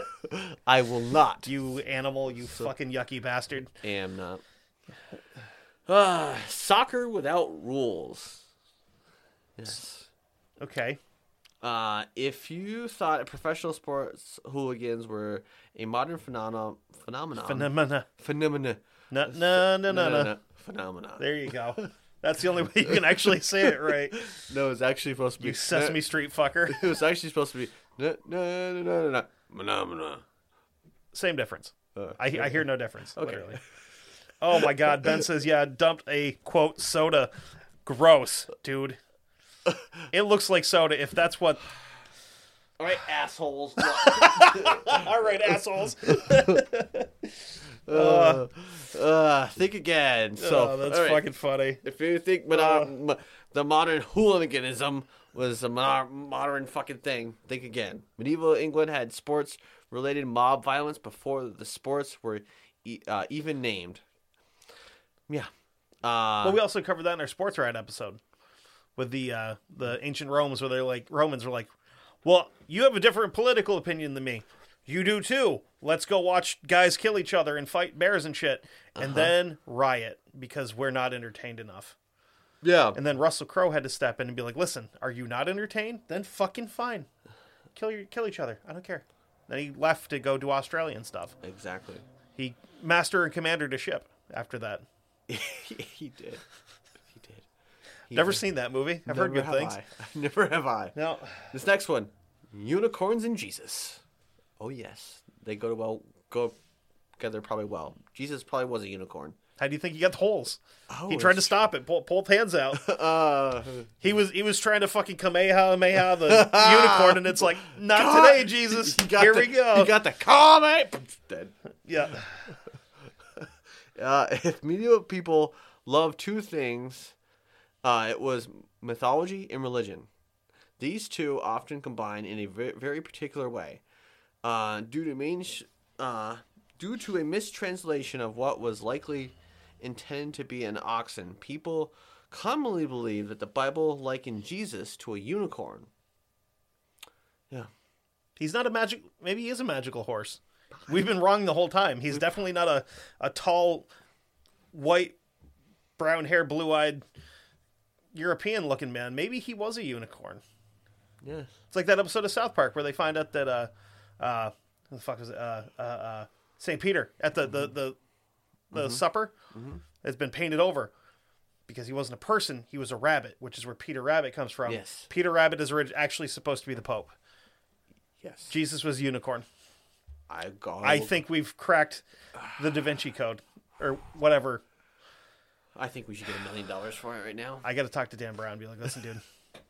Speaker 2: I will not.
Speaker 3: You animal. You fucking yucky bastard.
Speaker 2: am not. Uh, soccer without rules. Yes.
Speaker 3: Okay.
Speaker 2: Uh, if you thought professional sports hooligans were a modern phenomena, phenomenon,
Speaker 3: Phenomena.
Speaker 2: phenomena,
Speaker 3: No, no, no, Um, no, no.
Speaker 2: phenomena.
Speaker 3: There you go. That's the only way you can actually say it right.
Speaker 2: No, it's actually supposed to be
Speaker 3: You Sesame Street fucker.
Speaker 2: It was actually supposed to be no, no, no, no, no, no, phenomena.
Speaker 3: Same difference. I, I hear no difference. Literally. Oh my God. Ben says, yeah, dumped a quote soda. Gross, dude. It looks like soda if that's what.
Speaker 2: All right, assholes.
Speaker 3: All right, assholes.
Speaker 2: uh, think again. So
Speaker 3: oh, that's
Speaker 2: all right.
Speaker 3: fucking Oh. funny.
Speaker 2: If you think mono- m- the modern hooliganism was a mo- modern fucking thing, think again. Medieval England had sports related mob violence before the sports were e- uh, even named. Yeah. Uh,
Speaker 3: Well, we also covered that in our sports ride episode with the uh, the ancient Romans, where they're like Romans were like, "Well, you have a different political opinion than me. You do too. Let's go watch guys kill each other and fight bears and shit, and then riot because we're not entertained enough."
Speaker 2: yeah.
Speaker 3: And then Russell Crowe had to step in and be like, "Listen, are you not entertained? Then fucking fine, kill your kill each other. I don't care." Then he left to go do Australian stuff.
Speaker 2: Exactly.
Speaker 3: He master and commandered a ship after that.
Speaker 2: he did. He did. He
Speaker 3: Never
Speaker 2: did.
Speaker 3: seen that movie. I've heard
Speaker 2: Never
Speaker 3: good
Speaker 2: have
Speaker 3: things.
Speaker 2: I. Never have I.
Speaker 3: No,
Speaker 2: This next one, unicorns and Jesus. Oh yes, they go to well go together probably well. Jesus probably was a unicorn.
Speaker 3: how do you think he got the holes?
Speaker 2: Oh,
Speaker 3: he tried to
Speaker 2: it's-
Speaker 3: stop it. Pull, pulled hands out.
Speaker 2: Uh,
Speaker 3: He was he was trying to fucking kamehameha the unicorn, and it's like not today, Jesus. Here we go.
Speaker 2: You got the comet. Dead.
Speaker 3: yeah,
Speaker 2: Uh, if medieval people love two things, uh, it was mythology and religion. These two often combine in a ve- very particular way, uh, due to main sh- uh, due to a mistranslation of what was likely intended to be an oxen. People commonly believe that the Bible likened Jesus to a unicorn. Yeah,
Speaker 3: he's not a magic. Maybe he is a magical horse. We've been wrong the whole time. He's definitely not a a tall, white, brown hair, blue eyed, European looking man. Maybe he was a unicorn.
Speaker 2: yes,
Speaker 3: It's like that episode of South Park where they find out that uh, uh, who the fuck was it? Uh, uh, uh, Saint Peter at the the the, the supper has been painted over because he wasn't a person; he was a rabbit, which is where Peter Rabbit comes from.
Speaker 2: Yes.
Speaker 3: Peter Rabbit is orig- actually supposed to be the Pope.
Speaker 2: yes.
Speaker 3: Jesus was a unicorn.
Speaker 2: I got.
Speaker 3: I think we've cracked the Da Vinci Code or whatever.
Speaker 2: I think we should get a million dollars for it right now.
Speaker 3: I got to talk to Dan Brown. And be like, listen, dude,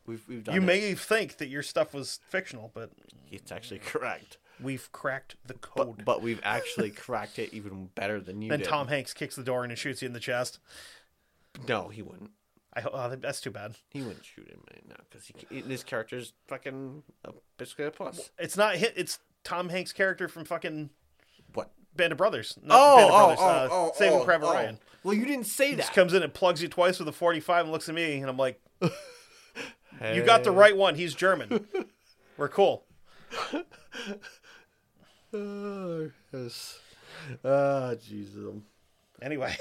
Speaker 2: We've we've done.
Speaker 3: you
Speaker 2: it.
Speaker 3: may think that your stuff was fictional, but
Speaker 2: It's actually correct.
Speaker 3: we've cracked the code.
Speaker 2: But, but we've actually cracked it even better than you
Speaker 3: then
Speaker 2: did.
Speaker 3: Tom Hanks kicks the door in and shoots you in the chest.
Speaker 2: No, he wouldn't.
Speaker 3: I hope oh, that's too bad.
Speaker 2: He wouldn't shoot him right now because he, he- this character's fucking a basically a plus.
Speaker 3: It's not hit. It's Tom Hanks' character from fucking
Speaker 2: What?
Speaker 3: Band of Brothers. Not
Speaker 2: Oh,
Speaker 3: Band of Brothers, uh, Saving Private Ryan.
Speaker 2: Well, you didn't say
Speaker 3: He
Speaker 2: that.
Speaker 3: just comes in and plugs you twice with a forty-five and looks at me, and I'm like, "You got the right one. He's German. We're cool."
Speaker 2: Oh, yes. Ah, Jesus.
Speaker 3: Anyway,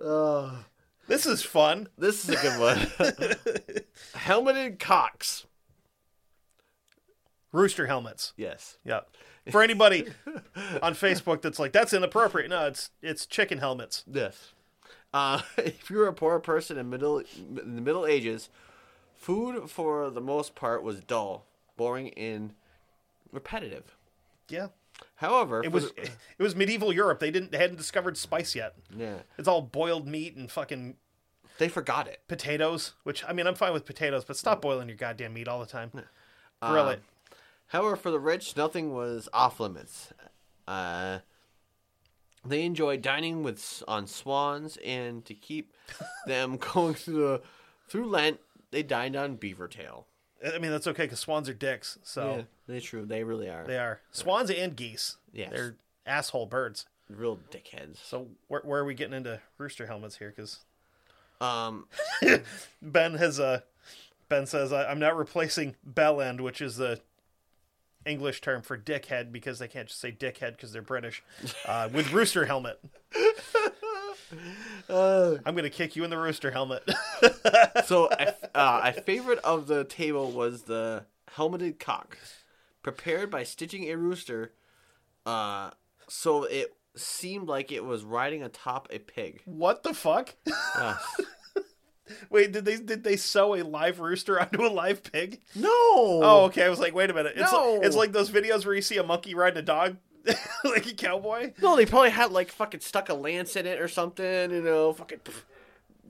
Speaker 2: Oh.
Speaker 3: this is fun.
Speaker 2: This is a good one. Helmeted cocks.
Speaker 3: Rooster helmets.
Speaker 2: Yes.
Speaker 3: Yeah. For anybody on Facebook that's like, "That's inappropriate." No, it's it's chicken helmets.
Speaker 2: Yes. Uh, if you were a poor person in middle in the Middle Ages, food for the most part was dull, boring, and repetitive.
Speaker 3: Yeah.
Speaker 2: However,
Speaker 3: It
Speaker 2: for
Speaker 3: was
Speaker 2: the-
Speaker 3: it was medieval Europe. They didn't they hadn't discovered spice yet.
Speaker 2: yeah
Speaker 3: It's all boiled meat and fucking
Speaker 2: they forgot it.
Speaker 3: potatoes, which I mean, I'm fine with potatoes, but stop boiling your goddamn meat all the time. Grill it.
Speaker 2: However, for the rich, nothing was off limits. Uh, they enjoyed dining with on swans, and to keep them going through the through Lent, they dined on beaver tail.
Speaker 3: I mean, that's okay because swans are dicks, so
Speaker 2: Um, Yeah, they true. They really are.
Speaker 3: Oh. they are swans and geese.
Speaker 2: Yes.
Speaker 3: they're asshole birds.
Speaker 2: real dickheads.
Speaker 3: So where, where are we getting into rooster helmets here? Because
Speaker 2: Um,
Speaker 3: Ben has Uh, ben says I, I'm not replacing bell end, which is the English term for dickhead, because they can't just say dickhead because they're British. Uh, with rooster helmet, I'm gonna kick you in the rooster helmet.
Speaker 2: so a, f- uh, a favorite of the table was the helmeted cock, prepared by stitching a rooster, uh, so it seemed like it was riding atop a pig.
Speaker 3: what the fuck?
Speaker 2: Yes.
Speaker 3: Wait, did they did they sew a live rooster onto a live pig?
Speaker 2: no.
Speaker 3: Oh, okay. I was like, wait a minute. It's
Speaker 2: No.
Speaker 3: like, it's like those videos where you see a monkey riding a dog, like a cowboy.
Speaker 2: no! They probably had like fucking stuck a lance in it or something, you know, fucking,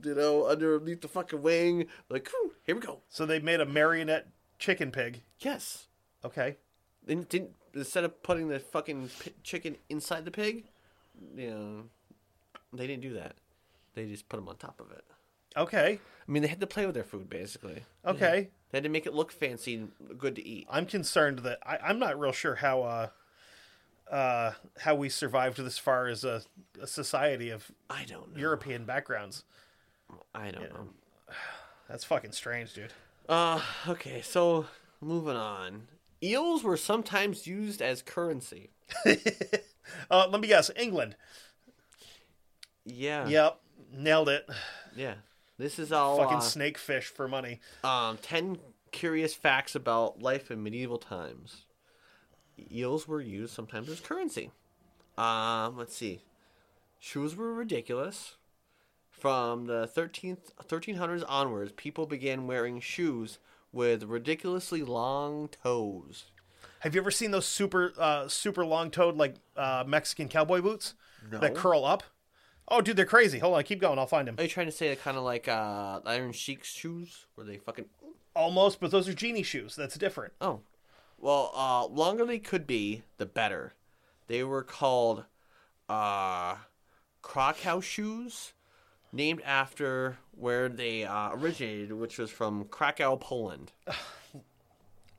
Speaker 2: you know, underneath the fucking wing. Like, whew, here we go.
Speaker 3: So they made a marionette chicken pig.
Speaker 2: Yes.
Speaker 3: Okay,
Speaker 2: Then didn't instead of putting the fucking p- chicken inside the pig, you know, they didn't do that. They just put them on top of it.
Speaker 3: okay,
Speaker 2: I mean, they had to play with their food basically.
Speaker 3: okay.
Speaker 2: They had to make it look fancy and good to eat.
Speaker 3: I'm concerned that I, I'm not real sure how uh, uh, how we survived this far as a, a society of
Speaker 2: I don't know.
Speaker 3: European backgrounds.
Speaker 2: I don't know.
Speaker 3: That's fucking strange, dude.
Speaker 2: Uh, okay, so moving on. Eels were sometimes used as currency.
Speaker 3: Uh, let me guess, England.
Speaker 2: Yeah.
Speaker 3: Yep, nailed it.
Speaker 2: Yeah. This is all
Speaker 3: Fucking
Speaker 2: uh,
Speaker 3: snake fish for money.
Speaker 2: um, ten curious facts about life in medieval times. eels were used sometimes as currency. Um, let's see. Shoes were ridiculous. From the 13th, 1300s onwards, people began wearing shoes with ridiculously long toes.
Speaker 3: Have you ever seen those super uh, super long toed like uh, Mexican cowboy boots that curl up? Oh, dude, they're crazy. Hold on, keep going. I'll find him.
Speaker 2: Are you trying to say kind of like uh, Iron Sheik's shoes, where they fucking
Speaker 3: Almost, but those are genie shoes. That's different.
Speaker 2: Oh. Well, uh, longer they could be, the better. They were called uh, Krakow shoes, named after where they uh, originated, which was from Krakow, Poland.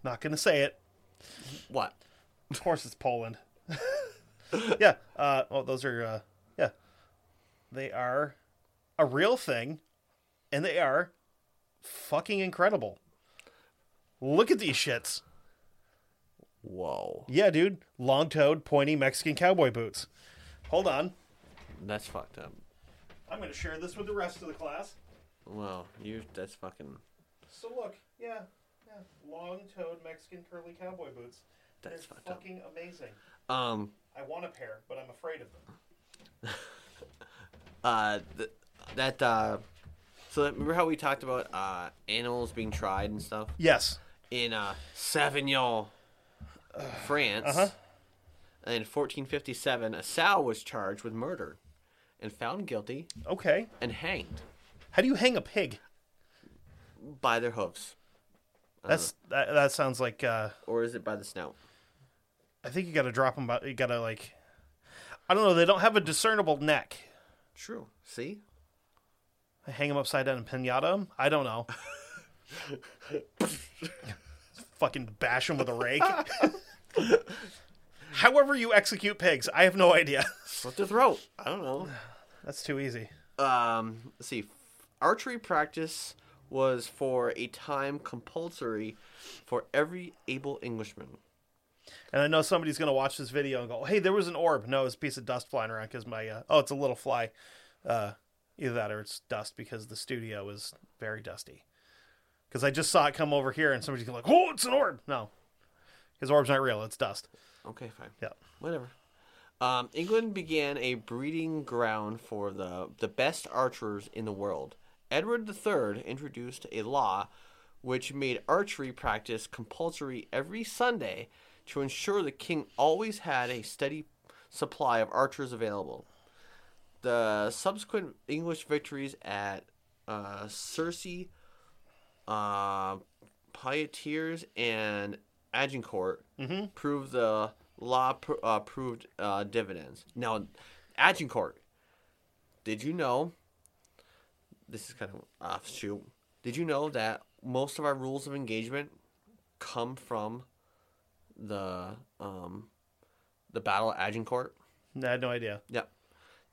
Speaker 3: Not gonna say it.
Speaker 2: What?
Speaker 3: Of course, it's Poland. yeah. Uh, oh, those are. Uh, yeah, they are a real thing, and they are fucking incredible. Look at these shits.
Speaker 2: Whoa.
Speaker 3: Yeah, dude. Long toed, pointy Mexican cowboy boots. Hold on.
Speaker 2: That's fucked up.
Speaker 3: I'm going to share this with the rest of the class.
Speaker 2: Well, you. That's fucking.
Speaker 3: So, look, yeah, yeah. long toed Mexican curly cowboy boots.
Speaker 2: That's
Speaker 3: They're
Speaker 2: fucked up.
Speaker 3: fucking amazing.
Speaker 2: Um.
Speaker 3: I want a pair, but I'm afraid of them.
Speaker 2: uh, th- that uh, so that, remember how we talked about uh animals being tried and stuff
Speaker 3: Yes.
Speaker 2: in uh Savignon, France. In 1457, a sow was charged with murder, and found guilty
Speaker 3: Okay.
Speaker 2: and hanged
Speaker 3: How do you hang a pig?
Speaker 2: by their hooves, Uh-huh.
Speaker 3: That's that, that sounds like uh
Speaker 2: or is it by the snout?
Speaker 3: I think you got to drop them but you got to like I don't know, they don't have a discernible neck.
Speaker 2: True. See,
Speaker 3: Hang them upside down and pinata them? I don't know. Fucking bash them with a rake. However you execute pigs, I have no idea.
Speaker 2: slit their throat. I don't know.
Speaker 3: That's too easy.
Speaker 2: um, let's see, archery practice was for a time compulsory for every able Englishman.
Speaker 3: And I know somebody's going to watch this video and go, "Hey, there was an orb." No, it's a piece of dust flying around because my uh, oh, it's a little fly. Uh, either that or it's dust because the studio is very dusty. Because I just saw it come over here, and somebody's like, "Oh, it's an orb." No, his orb's not real. It's dust.
Speaker 2: Okay, fine.
Speaker 3: Yeah.
Speaker 2: Whatever. Um, England began a breeding ground for the, the best archers in the world. Edward III introduced a law which made archery practice compulsory every Sunday to ensure the king always had a steady supply of archers available. The subsequent English victories at uh, Cersei, uh, Piotiers, and Agincourt proved the law pr- uh, proved uh, dividends. Now, Agincourt, did you know? This is kind of offshoot. Did you know that most of our rules of engagement come from the um, the Battle of Agincourt?
Speaker 3: I had no idea.
Speaker 2: Yep.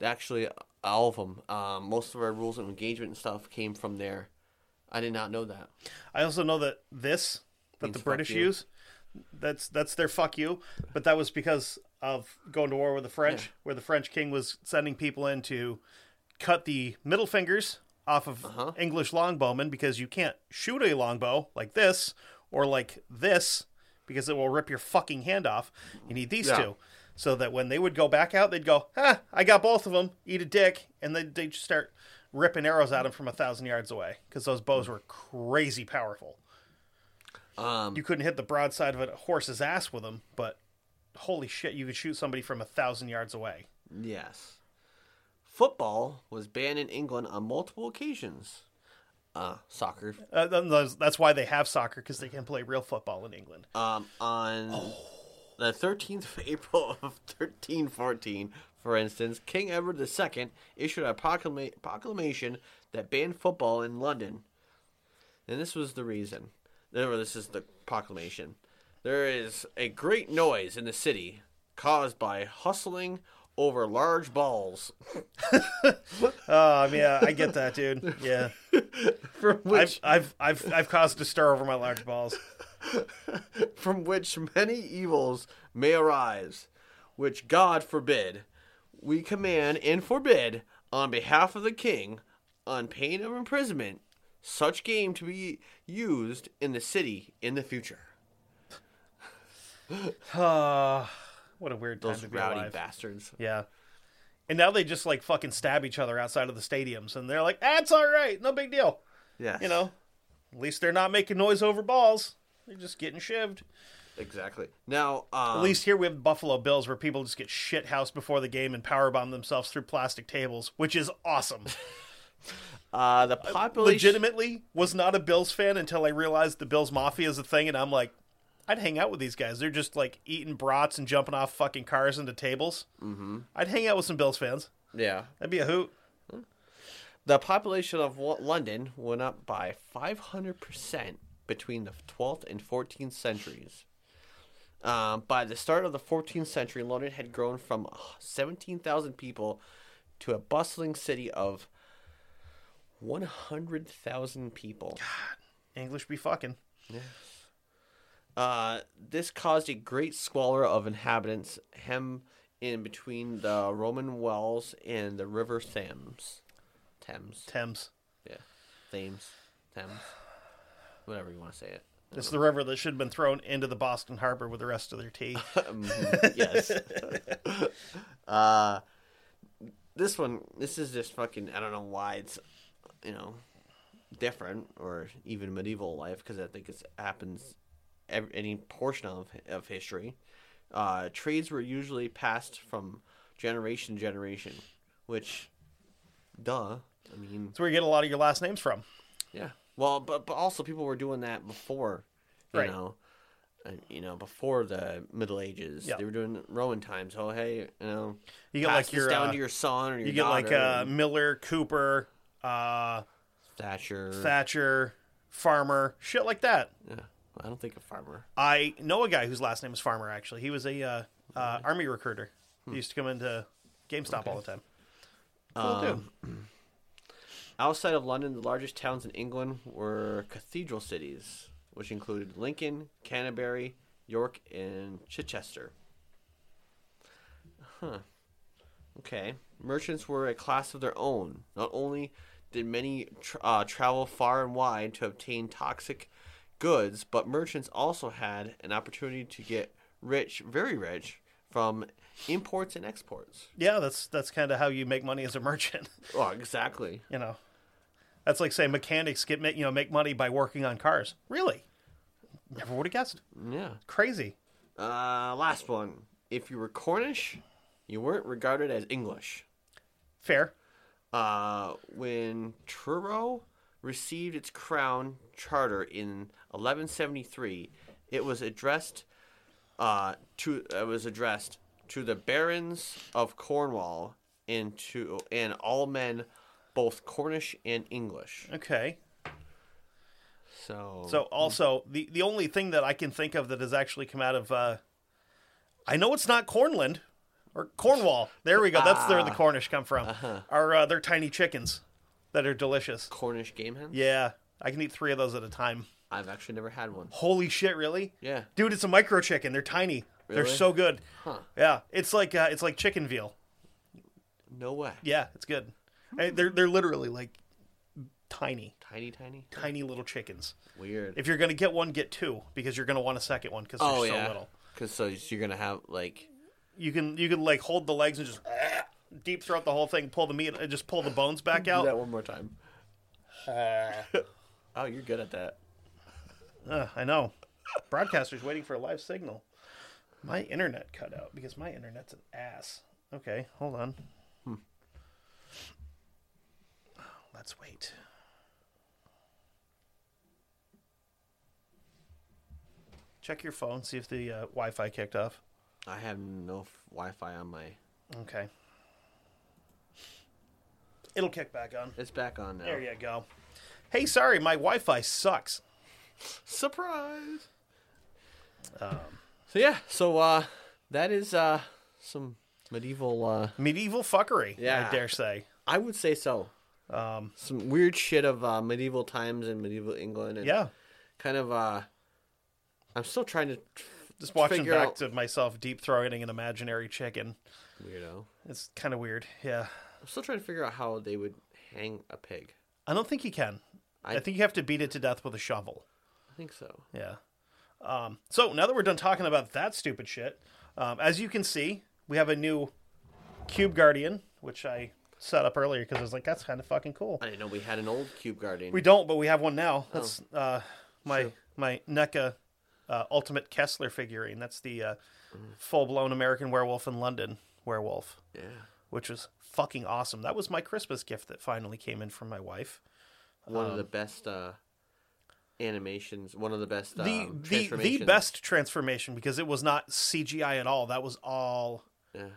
Speaker 2: Actually, all of them. Um, most of our rules of engagement and stuff came from there. I did not know that.
Speaker 3: I also know that this that
Speaker 2: Means
Speaker 3: the
Speaker 2: fuck
Speaker 3: British
Speaker 2: you.
Speaker 3: use, that's that's their "fuck you," but that was because of going to war with the French, where the French king was sending people in to cut the middle fingers off of English longbowmen because you can't shoot a longbow like this or like this because it will rip your fucking hand off. You need these two. So that when they would go back out, they'd go, "Ah, I got both of them. Eat a dick," and then they just start ripping arrows at them from a thousand yards away because those bows were crazy powerful you couldn't hit the broadside of a horse's ass with them, but holy shit, you could shoot somebody from a thousand yards away.
Speaker 2: Yes. Football was banned in England on multiple occasions. Uh, soccer.
Speaker 3: Uh, th- th- that's why they have soccer because they can play real football in England.
Speaker 2: Um, on the 13th of April of 1314, for instance, King Edward II issued a proclama- proclamation that banned football in London. And this was the reason. No, this is the proclamation. There is a great noise in the city caused by hustling over large balls.
Speaker 3: Um, yeah, I get that, dude. Yeah,
Speaker 2: From which
Speaker 3: I've, I've I've I've caused a stir over my large balls.
Speaker 2: from which many evils may arise, which God forbid. We command and forbid, on behalf of the king, on pain of imprisonment, such game to be used in the city in the future.
Speaker 3: Uh, what a weird time
Speaker 2: Those
Speaker 3: to be
Speaker 2: rowdy
Speaker 3: alive.
Speaker 2: bastards.
Speaker 3: Yeah. And now they just like fucking stab each other outside of the stadiums, and they're like, "That's all right, no big deal."
Speaker 2: Yes.
Speaker 3: You know, at least they're not making noise over balls. They're just getting shivved.
Speaker 2: Exactly. Now, um,
Speaker 3: At least here we have Buffalo Bills, where people just get shit housed before the game and powerbomb themselves through plastic tables, which is awesome.
Speaker 2: uh, the population.
Speaker 3: Legitimately, was not a Bills fan until I realized the Bills Mafia is a thing, and I'm like, I'd hang out with these guys. They're just like eating brats and jumping off fucking cars into tables. Mm-hmm. I'd hang out with some Bills fans.
Speaker 2: Yeah.
Speaker 3: That'd be a hoot.
Speaker 2: The population of Wa- London went up by 500% between the 12th and 14th centuries. Um, by the start of the 14th century, London had grown from 17,000 people to a bustling city of 100,000 people.
Speaker 3: English be fucking.
Speaker 2: Uh, this caused a great squalor of inhabitants hem in between the Roman wells and the River Thames. Thames.
Speaker 3: Thames.
Speaker 2: Yeah. Thames. Thames. Whatever you want to say it.
Speaker 3: It's the river that should have been thrown into the Boston Harbor with the rest of their tea.
Speaker 2: yes. uh, this one, this is just fucking. I don't know why it's, you know, different or even medieval life because I think it happens ev any portion of of history. Uh, trades were usually passed from generation to generation, which, duh. I mean,
Speaker 3: It's where you get a lot of your last names from.
Speaker 2: yeah. Well, but but also people were doing that before, you
Speaker 3: Right.
Speaker 2: know, and, you know before the Middle Ages.
Speaker 3: Yeah.
Speaker 2: They were doing Roman times. Oh hey, you know,
Speaker 3: You get
Speaker 2: pass
Speaker 3: like
Speaker 2: this
Speaker 3: your,
Speaker 2: down
Speaker 3: uh,
Speaker 2: to your son or your
Speaker 3: You get like
Speaker 2: daughter,
Speaker 3: uh, Miller, Cooper, uh,
Speaker 2: Thatcher.
Speaker 3: Thatcher, Farmer, shit like that.
Speaker 2: yeah. I don't think a farmer.
Speaker 3: I know a guy whose last name is Farmer. Actually, he was a uh, uh, army recruiter. He used to come into GameStop all the time. Cool dude.
Speaker 2: Outside of London, the largest towns in England were cathedral cities, which included Lincoln, Canterbury, York, and Chichester. Huh. Okay. Merchants were a class of their own. Not only did many tr uh, travel far and wide to obtain toxic goods, but merchants also had an opportunity to get rich, very rich, from imports and exports.
Speaker 3: Yeah, that's that's kind of how you make money as a merchant.
Speaker 2: Oh, exactly.
Speaker 3: you know, that's like saying mechanics get ma- you know make money by working on cars. Really, never would have guessed.
Speaker 2: Yeah.
Speaker 3: Crazy.
Speaker 2: Uh, last one. If you were Cornish, you weren't regarded as English.
Speaker 3: Fair.
Speaker 2: Uh, when Truro received its crown charter in 1173, it was addressed uh, to it was addressed to the barons of Cornwall and to and all men, both Cornish and English.
Speaker 3: Okay.
Speaker 2: So
Speaker 3: So also the the only thing that I can think of that has actually come out of uh I know it's not Cornland or Cornwall. There we go. That's where
Speaker 2: Ah.
Speaker 3: the Cornish come from.
Speaker 2: Uh-huh.
Speaker 3: Are uh, their tiny chickens that are delicious.
Speaker 2: Cornish game hen.
Speaker 3: Yeah. I can eat 3 of those at a time.
Speaker 2: I've actually never had one.
Speaker 3: Holy shit, really?
Speaker 2: Yeah.
Speaker 3: Dude, it's a micro chicken. They're tiny. They're
Speaker 2: Really?
Speaker 3: so good. Yeah. It's like uh, it's like chicken veal.
Speaker 2: No way.
Speaker 3: Yeah, it's good. And They're they're literally like tiny,
Speaker 2: Tiny, tiny.
Speaker 3: tiny little chickens.
Speaker 2: Weird.
Speaker 3: If you're going to get one, get two because you're going to want a second one cuz they're so little.
Speaker 2: Because Oh, so you're gonna have like
Speaker 3: you can you can like hold the legs and just deep throat the whole thing, pull the meat, and just pull the bones back
Speaker 2: do that
Speaker 3: out.
Speaker 2: one more time.
Speaker 3: Uh,
Speaker 2: oh, you're good at that.
Speaker 3: Ugh, I know. Broadcaster's waiting for a live signal. My internet cut out because my internet's an ass. Okay, hold on. Let's wait. Check your phone, see if the uh, Wi-Fi kicked off.
Speaker 2: I have no f- Wi-Fi on my.
Speaker 3: Okay. It'll kick back on.
Speaker 2: It's back on now.
Speaker 3: There you go. Hey, sorry, my Wi-Fi sucks.
Speaker 2: Surprise.
Speaker 3: Um,
Speaker 2: so yeah, so uh, that is uh some medieval. uh
Speaker 3: Medieval fuckery,
Speaker 2: Yeah.
Speaker 3: I dare say.
Speaker 2: I would say so. Um, some weird shit of uh, medieval times and medieval England and
Speaker 3: Yeah,
Speaker 2: kind of uh. I'm still trying to
Speaker 3: just watching
Speaker 2: Figure
Speaker 3: back
Speaker 2: out-
Speaker 3: to myself deep throating an imaginary chicken.
Speaker 2: weirdo.
Speaker 3: It's kind of weird. Yeah,
Speaker 2: I'm still trying to figure out how they would hang a pig.
Speaker 3: I don't think you can. I...
Speaker 2: I-
Speaker 3: think you have to beat it to death with a shovel.
Speaker 2: I think so.
Speaker 3: Yeah, Um, so now that we're done talking about that stupid shit, um, as you can see, we have a new Cube Guardian, which I set up earlier because I was like, that's kind of fucking cool.
Speaker 2: I didn't know we had an old cube guardian.
Speaker 3: We don't, but we have one now.
Speaker 2: Oh.
Speaker 3: That's uh, my my NECA uh, Ultimate Kessler figurine. That's the uh,
Speaker 2: Mm.
Speaker 3: full blown American Werewolf in London werewolf. Yeah, which was fucking awesome. That was my Christmas gift that finally came in from my wife.
Speaker 2: one
Speaker 3: um,
Speaker 2: of the best uh, animations. One of the best.
Speaker 3: the
Speaker 2: um,
Speaker 3: the the
Speaker 2: transformations.
Speaker 3: best transformation because it was not CGI at all. That was all
Speaker 2: Yeah.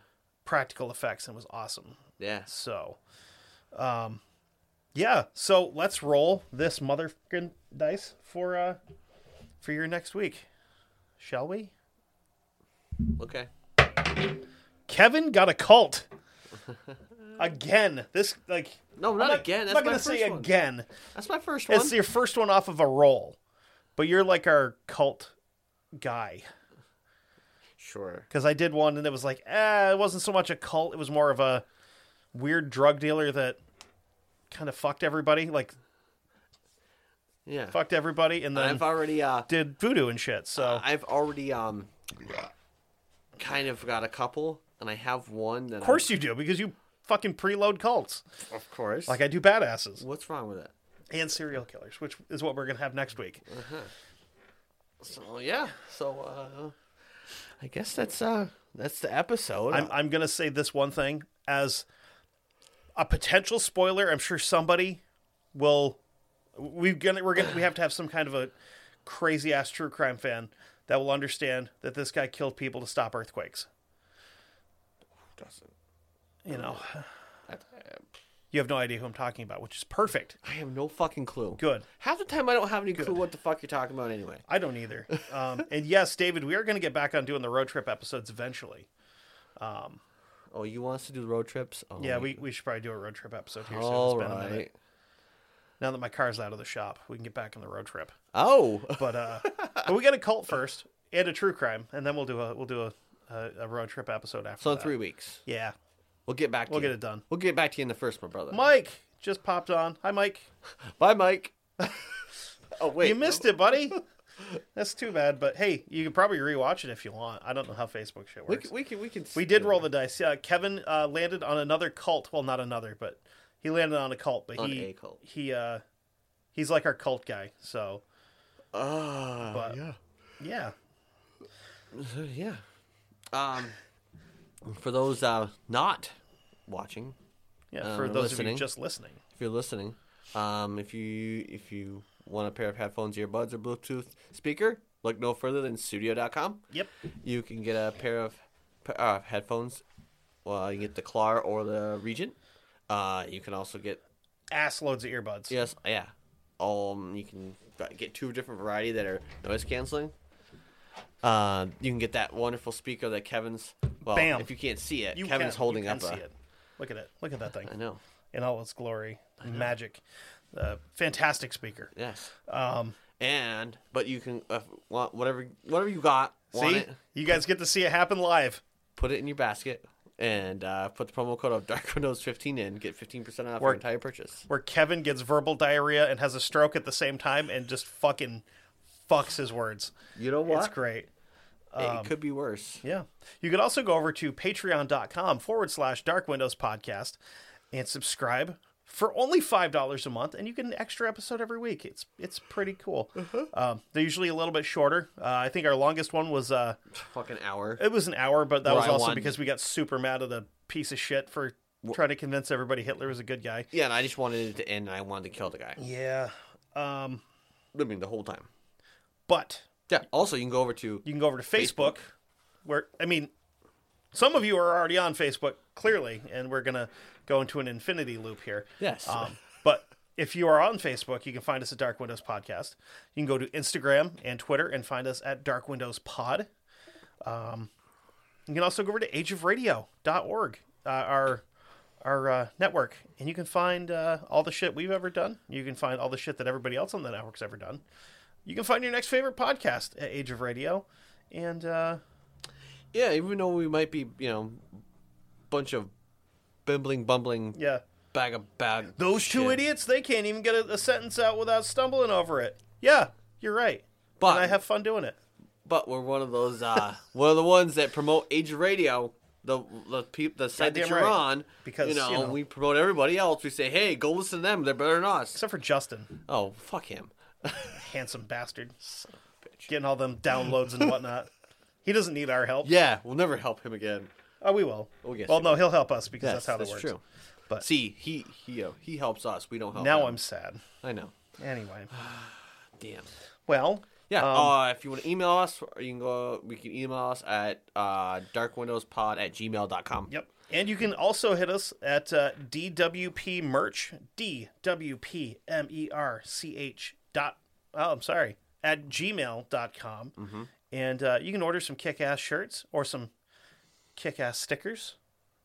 Speaker 3: practical effects and was awesome.
Speaker 2: Yeah.
Speaker 3: So, um, yeah. So let's roll this motherfucking dice for uh for your next week, shall we?
Speaker 2: Okay.
Speaker 3: Kevin got a cult again. This like
Speaker 2: No,
Speaker 3: I'm
Speaker 2: not again.
Speaker 3: I'm
Speaker 2: That's
Speaker 3: not gonna
Speaker 2: my
Speaker 3: say
Speaker 2: first one.
Speaker 3: again.
Speaker 2: That's my first one.
Speaker 3: It's your first one off of a roll, but you're like our cult guy.
Speaker 2: Sure.
Speaker 3: because I did one and it was like, eh, it wasn't so much a cult. It was more of a weird drug dealer that kind of fucked everybody, like
Speaker 2: Yeah.
Speaker 3: fucked everybody, and then
Speaker 2: I've already. Uh,
Speaker 3: did voodoo and shit. So
Speaker 2: I've already um, kind of got a couple, and I have one that.
Speaker 3: of course you do because you fucking preload cults
Speaker 2: Of course.
Speaker 3: like I do badasses
Speaker 2: What's wrong with it?
Speaker 3: and serial killers, which is what we're gonna have next week.
Speaker 2: So yeah. So uh, I guess that's uh that's the episode.
Speaker 3: I'm I'm gonna say this one thing as a potential spoiler. I'm sure somebody will. We're gonna we're gonna we have to have some kind of a crazy ass true crime fan that will understand that this guy killed people to stop earthquakes. Doesn't you know? You have no idea who I'm talking about, which is perfect.
Speaker 2: I have no fucking clue.
Speaker 3: Good.
Speaker 2: Half the time I don't have any clue what the fuck you're talking about anyway.
Speaker 3: I don't either. Um, and yes, David, we are going to get back on doing the road trip episodes eventually.
Speaker 2: Oh, you want us to do road trips? Oh,
Speaker 3: Yeah, we, we should probably do a road trip episode here soon. It's
Speaker 2: All
Speaker 3: been a minute.
Speaker 2: right.
Speaker 3: Now that my car's out of the shop, we can get back on the road trip.
Speaker 2: Oh,
Speaker 3: But uh, but we got a cult first and a true crime, and then we'll do a we'll do a a, a road trip episode after.
Speaker 2: so in
Speaker 3: that.
Speaker 2: three weeks
Speaker 3: Yeah,
Speaker 2: we'll get back. to
Speaker 3: Uh, we'll
Speaker 2: you.
Speaker 3: get it done.
Speaker 2: We'll get back to you in the first, my brother.
Speaker 3: Mike just popped on. Hi, Mike.
Speaker 2: Bye, Mike. oh wait,
Speaker 3: you missed it, buddy. That's too bad. But hey, you can probably rewatch it if you want. I don't know how Facebook shit
Speaker 2: We
Speaker 3: works.
Speaker 2: can, we can we can.
Speaker 3: We did roll the dice. Yeah, Kevin uh, landed on another cult. Well, not another, but he landed on a cult. But
Speaker 2: On
Speaker 3: he
Speaker 2: a cult.
Speaker 3: he uh, he's like our cult guy. So
Speaker 2: Ah,
Speaker 3: but Oh, yeah, yeah.
Speaker 2: yeah. Um, for those uh not watching,
Speaker 3: Yeah,
Speaker 2: Um,
Speaker 3: for
Speaker 2: and
Speaker 3: those of
Speaker 2: listening.
Speaker 3: you just listening.
Speaker 2: if you're listening, um, if you if you want a pair of headphones, earbuds, or Bluetooth speaker, look no further than Studio.com.
Speaker 3: Yep.
Speaker 2: You can get a pair of pa- uh, headphones. Well, you can get the Clar or the Regent. Uh, you can also get
Speaker 3: Ass loads of earbuds.
Speaker 2: yes, yeah. Um, you can v- get two different variety that are noise canceling. Uh, you can get that wonderful speaker that Kevin's. Well,
Speaker 3: Bam.
Speaker 2: if you can't see it,
Speaker 3: You
Speaker 2: Kevin's
Speaker 3: can-
Speaker 2: holding
Speaker 3: you can
Speaker 2: up.
Speaker 3: See
Speaker 2: a,
Speaker 3: it. Look at it. Look at that thing
Speaker 2: I know.
Speaker 3: in all its glory, magic, uh, fantastic speaker.
Speaker 2: Yes. Um, and but you can uh, want whatever whatever you got. Want
Speaker 3: See,
Speaker 2: it,
Speaker 3: you guys get to see it happen live.
Speaker 2: put it in your basket and uh, put the promo code of Dark Windows 15 in. Get 15 percent off your
Speaker 3: Work.
Speaker 2: entire purchase.
Speaker 3: Where Kevin gets verbal diarrhea and has a stroke at the same time and just fucking fucks his words.
Speaker 2: You know
Speaker 3: It's great.
Speaker 2: It
Speaker 3: Um,
Speaker 2: could be worse.
Speaker 3: Yeah. You could also go over to patreon.com forward slash dark windows podcast and subscribe for only $5 a month. And you get an extra episode every week. It's it's pretty cool. Um, they're usually a little bit shorter. Uh, I think our longest one was, uh,
Speaker 2: Fucking hour.
Speaker 3: it was an hour, but that
Speaker 2: Where
Speaker 3: was
Speaker 2: I
Speaker 3: also
Speaker 2: won.
Speaker 3: because we got super mad at the piece of shit for trying to convince everybody Hitler was a good guy.
Speaker 2: Yeah, and I just wanted it to end, and I wanted to kill the guy.
Speaker 3: Yeah. Um,
Speaker 2: I mean, the whole time.
Speaker 3: but
Speaker 2: Yeah. Also, you can go over to
Speaker 3: you can go over to
Speaker 2: Facebook.
Speaker 3: Facebook, where I mean, some of you are already on Facebook clearly, and we're gonna go into an infinity loop here.
Speaker 2: Yes.
Speaker 3: Um, but if you are on Facebook, you can find us at Dark Windows Podcast. You can go to Instagram and Twitter and find us at Dark Windows Pod. Um, you can also go over to ageofradio.org, uh, our our uh, network, and you can find uh, all the shit we've ever done. You can find all the shit that everybody else on the network's ever done. You can find your next favorite podcast at Age of Radio, and uh,
Speaker 2: yeah. Even though we might be, you know, bunch of bimbling, bumbling
Speaker 3: yeah,
Speaker 2: bag of bag.
Speaker 3: those two
Speaker 2: shit.
Speaker 3: idiots they can't even get a, a sentence out without stumbling over it. Yeah, you're right.
Speaker 2: But
Speaker 3: and I have fun doing it.
Speaker 2: but we're one of those uh, one of the ones that promote Age Radio, the the peop, the site that
Speaker 3: Goddamn
Speaker 2: you're
Speaker 3: right.
Speaker 2: on.
Speaker 3: Because,
Speaker 2: you know,
Speaker 3: you know-
Speaker 2: we promote everybody else. We say, hey, go listen to them. They're better than us.
Speaker 3: Except for Justin,
Speaker 2: Oh, fuck him.
Speaker 3: handsome bastard, getting all them downloads and whatnot. He doesn't need our help.
Speaker 2: Yeah, we'll never help him again.
Speaker 3: Oh, we will.
Speaker 2: Oh, yes,
Speaker 3: well,
Speaker 2: he
Speaker 3: no, he'll help us because
Speaker 2: Yes,
Speaker 3: that's how
Speaker 2: that's
Speaker 3: that works.
Speaker 2: true.
Speaker 3: But
Speaker 2: See, he he uh, he helps us. We don't help.
Speaker 3: now
Speaker 2: him.
Speaker 3: I'm sad.
Speaker 2: I know.
Speaker 3: Anyway,
Speaker 2: Damn.
Speaker 3: well,
Speaker 2: Yeah.
Speaker 3: um,
Speaker 2: uh, if you want to email us, or you can go. We can email us at uh, darkwindowspod at gmail.com.
Speaker 3: Yep. And you can also hit us at uh, DWP merch, E D-W-P-M-E-R-C-H dot, oh, I'm sorry, at gmail.com. Mm-hmm. And uh, you can order some kick-ass shirts or some kick-ass stickers.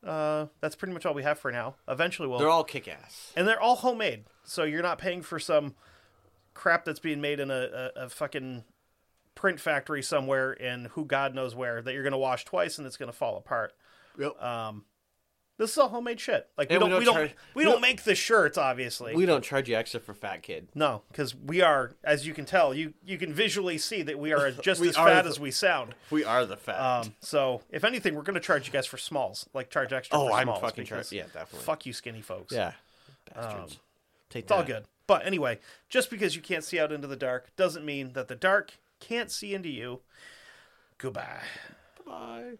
Speaker 3: Uh, that's pretty much all we have for now. Eventually we'll...
Speaker 2: They're all kick ass.
Speaker 3: and they're all homemade, so you're not paying for some crap that's being made in a, a, a fucking print factory somewhere in who God knows where that you're going to wash twice and it's going to fall apart.
Speaker 2: Yep.
Speaker 3: This is all homemade shit. Like we
Speaker 2: And we
Speaker 3: don't, we
Speaker 2: don't
Speaker 3: don't, we
Speaker 2: charge-
Speaker 3: don't, make the shirts, obviously.
Speaker 2: We don't charge you extra for Fat Kid.
Speaker 3: no, because we are, as you can tell, you you can visually see that we are just
Speaker 2: We
Speaker 3: as
Speaker 2: are
Speaker 3: fat
Speaker 2: the-
Speaker 3: as we sound.
Speaker 2: We are the fat.
Speaker 3: Um, so if anything, we're going to charge you guys for smalls, like charge extra.
Speaker 2: Oh,
Speaker 3: for
Speaker 2: I'm
Speaker 3: smalls
Speaker 2: fucking
Speaker 3: because
Speaker 2: charge- yeah, definitely.
Speaker 3: Fuck you, skinny folks.
Speaker 2: yeah. Bastards. Take
Speaker 3: It's all good. But anyway, just because you can't see out into the dark doesn't mean that the dark can't see into you. Goodbye.
Speaker 2: Bye.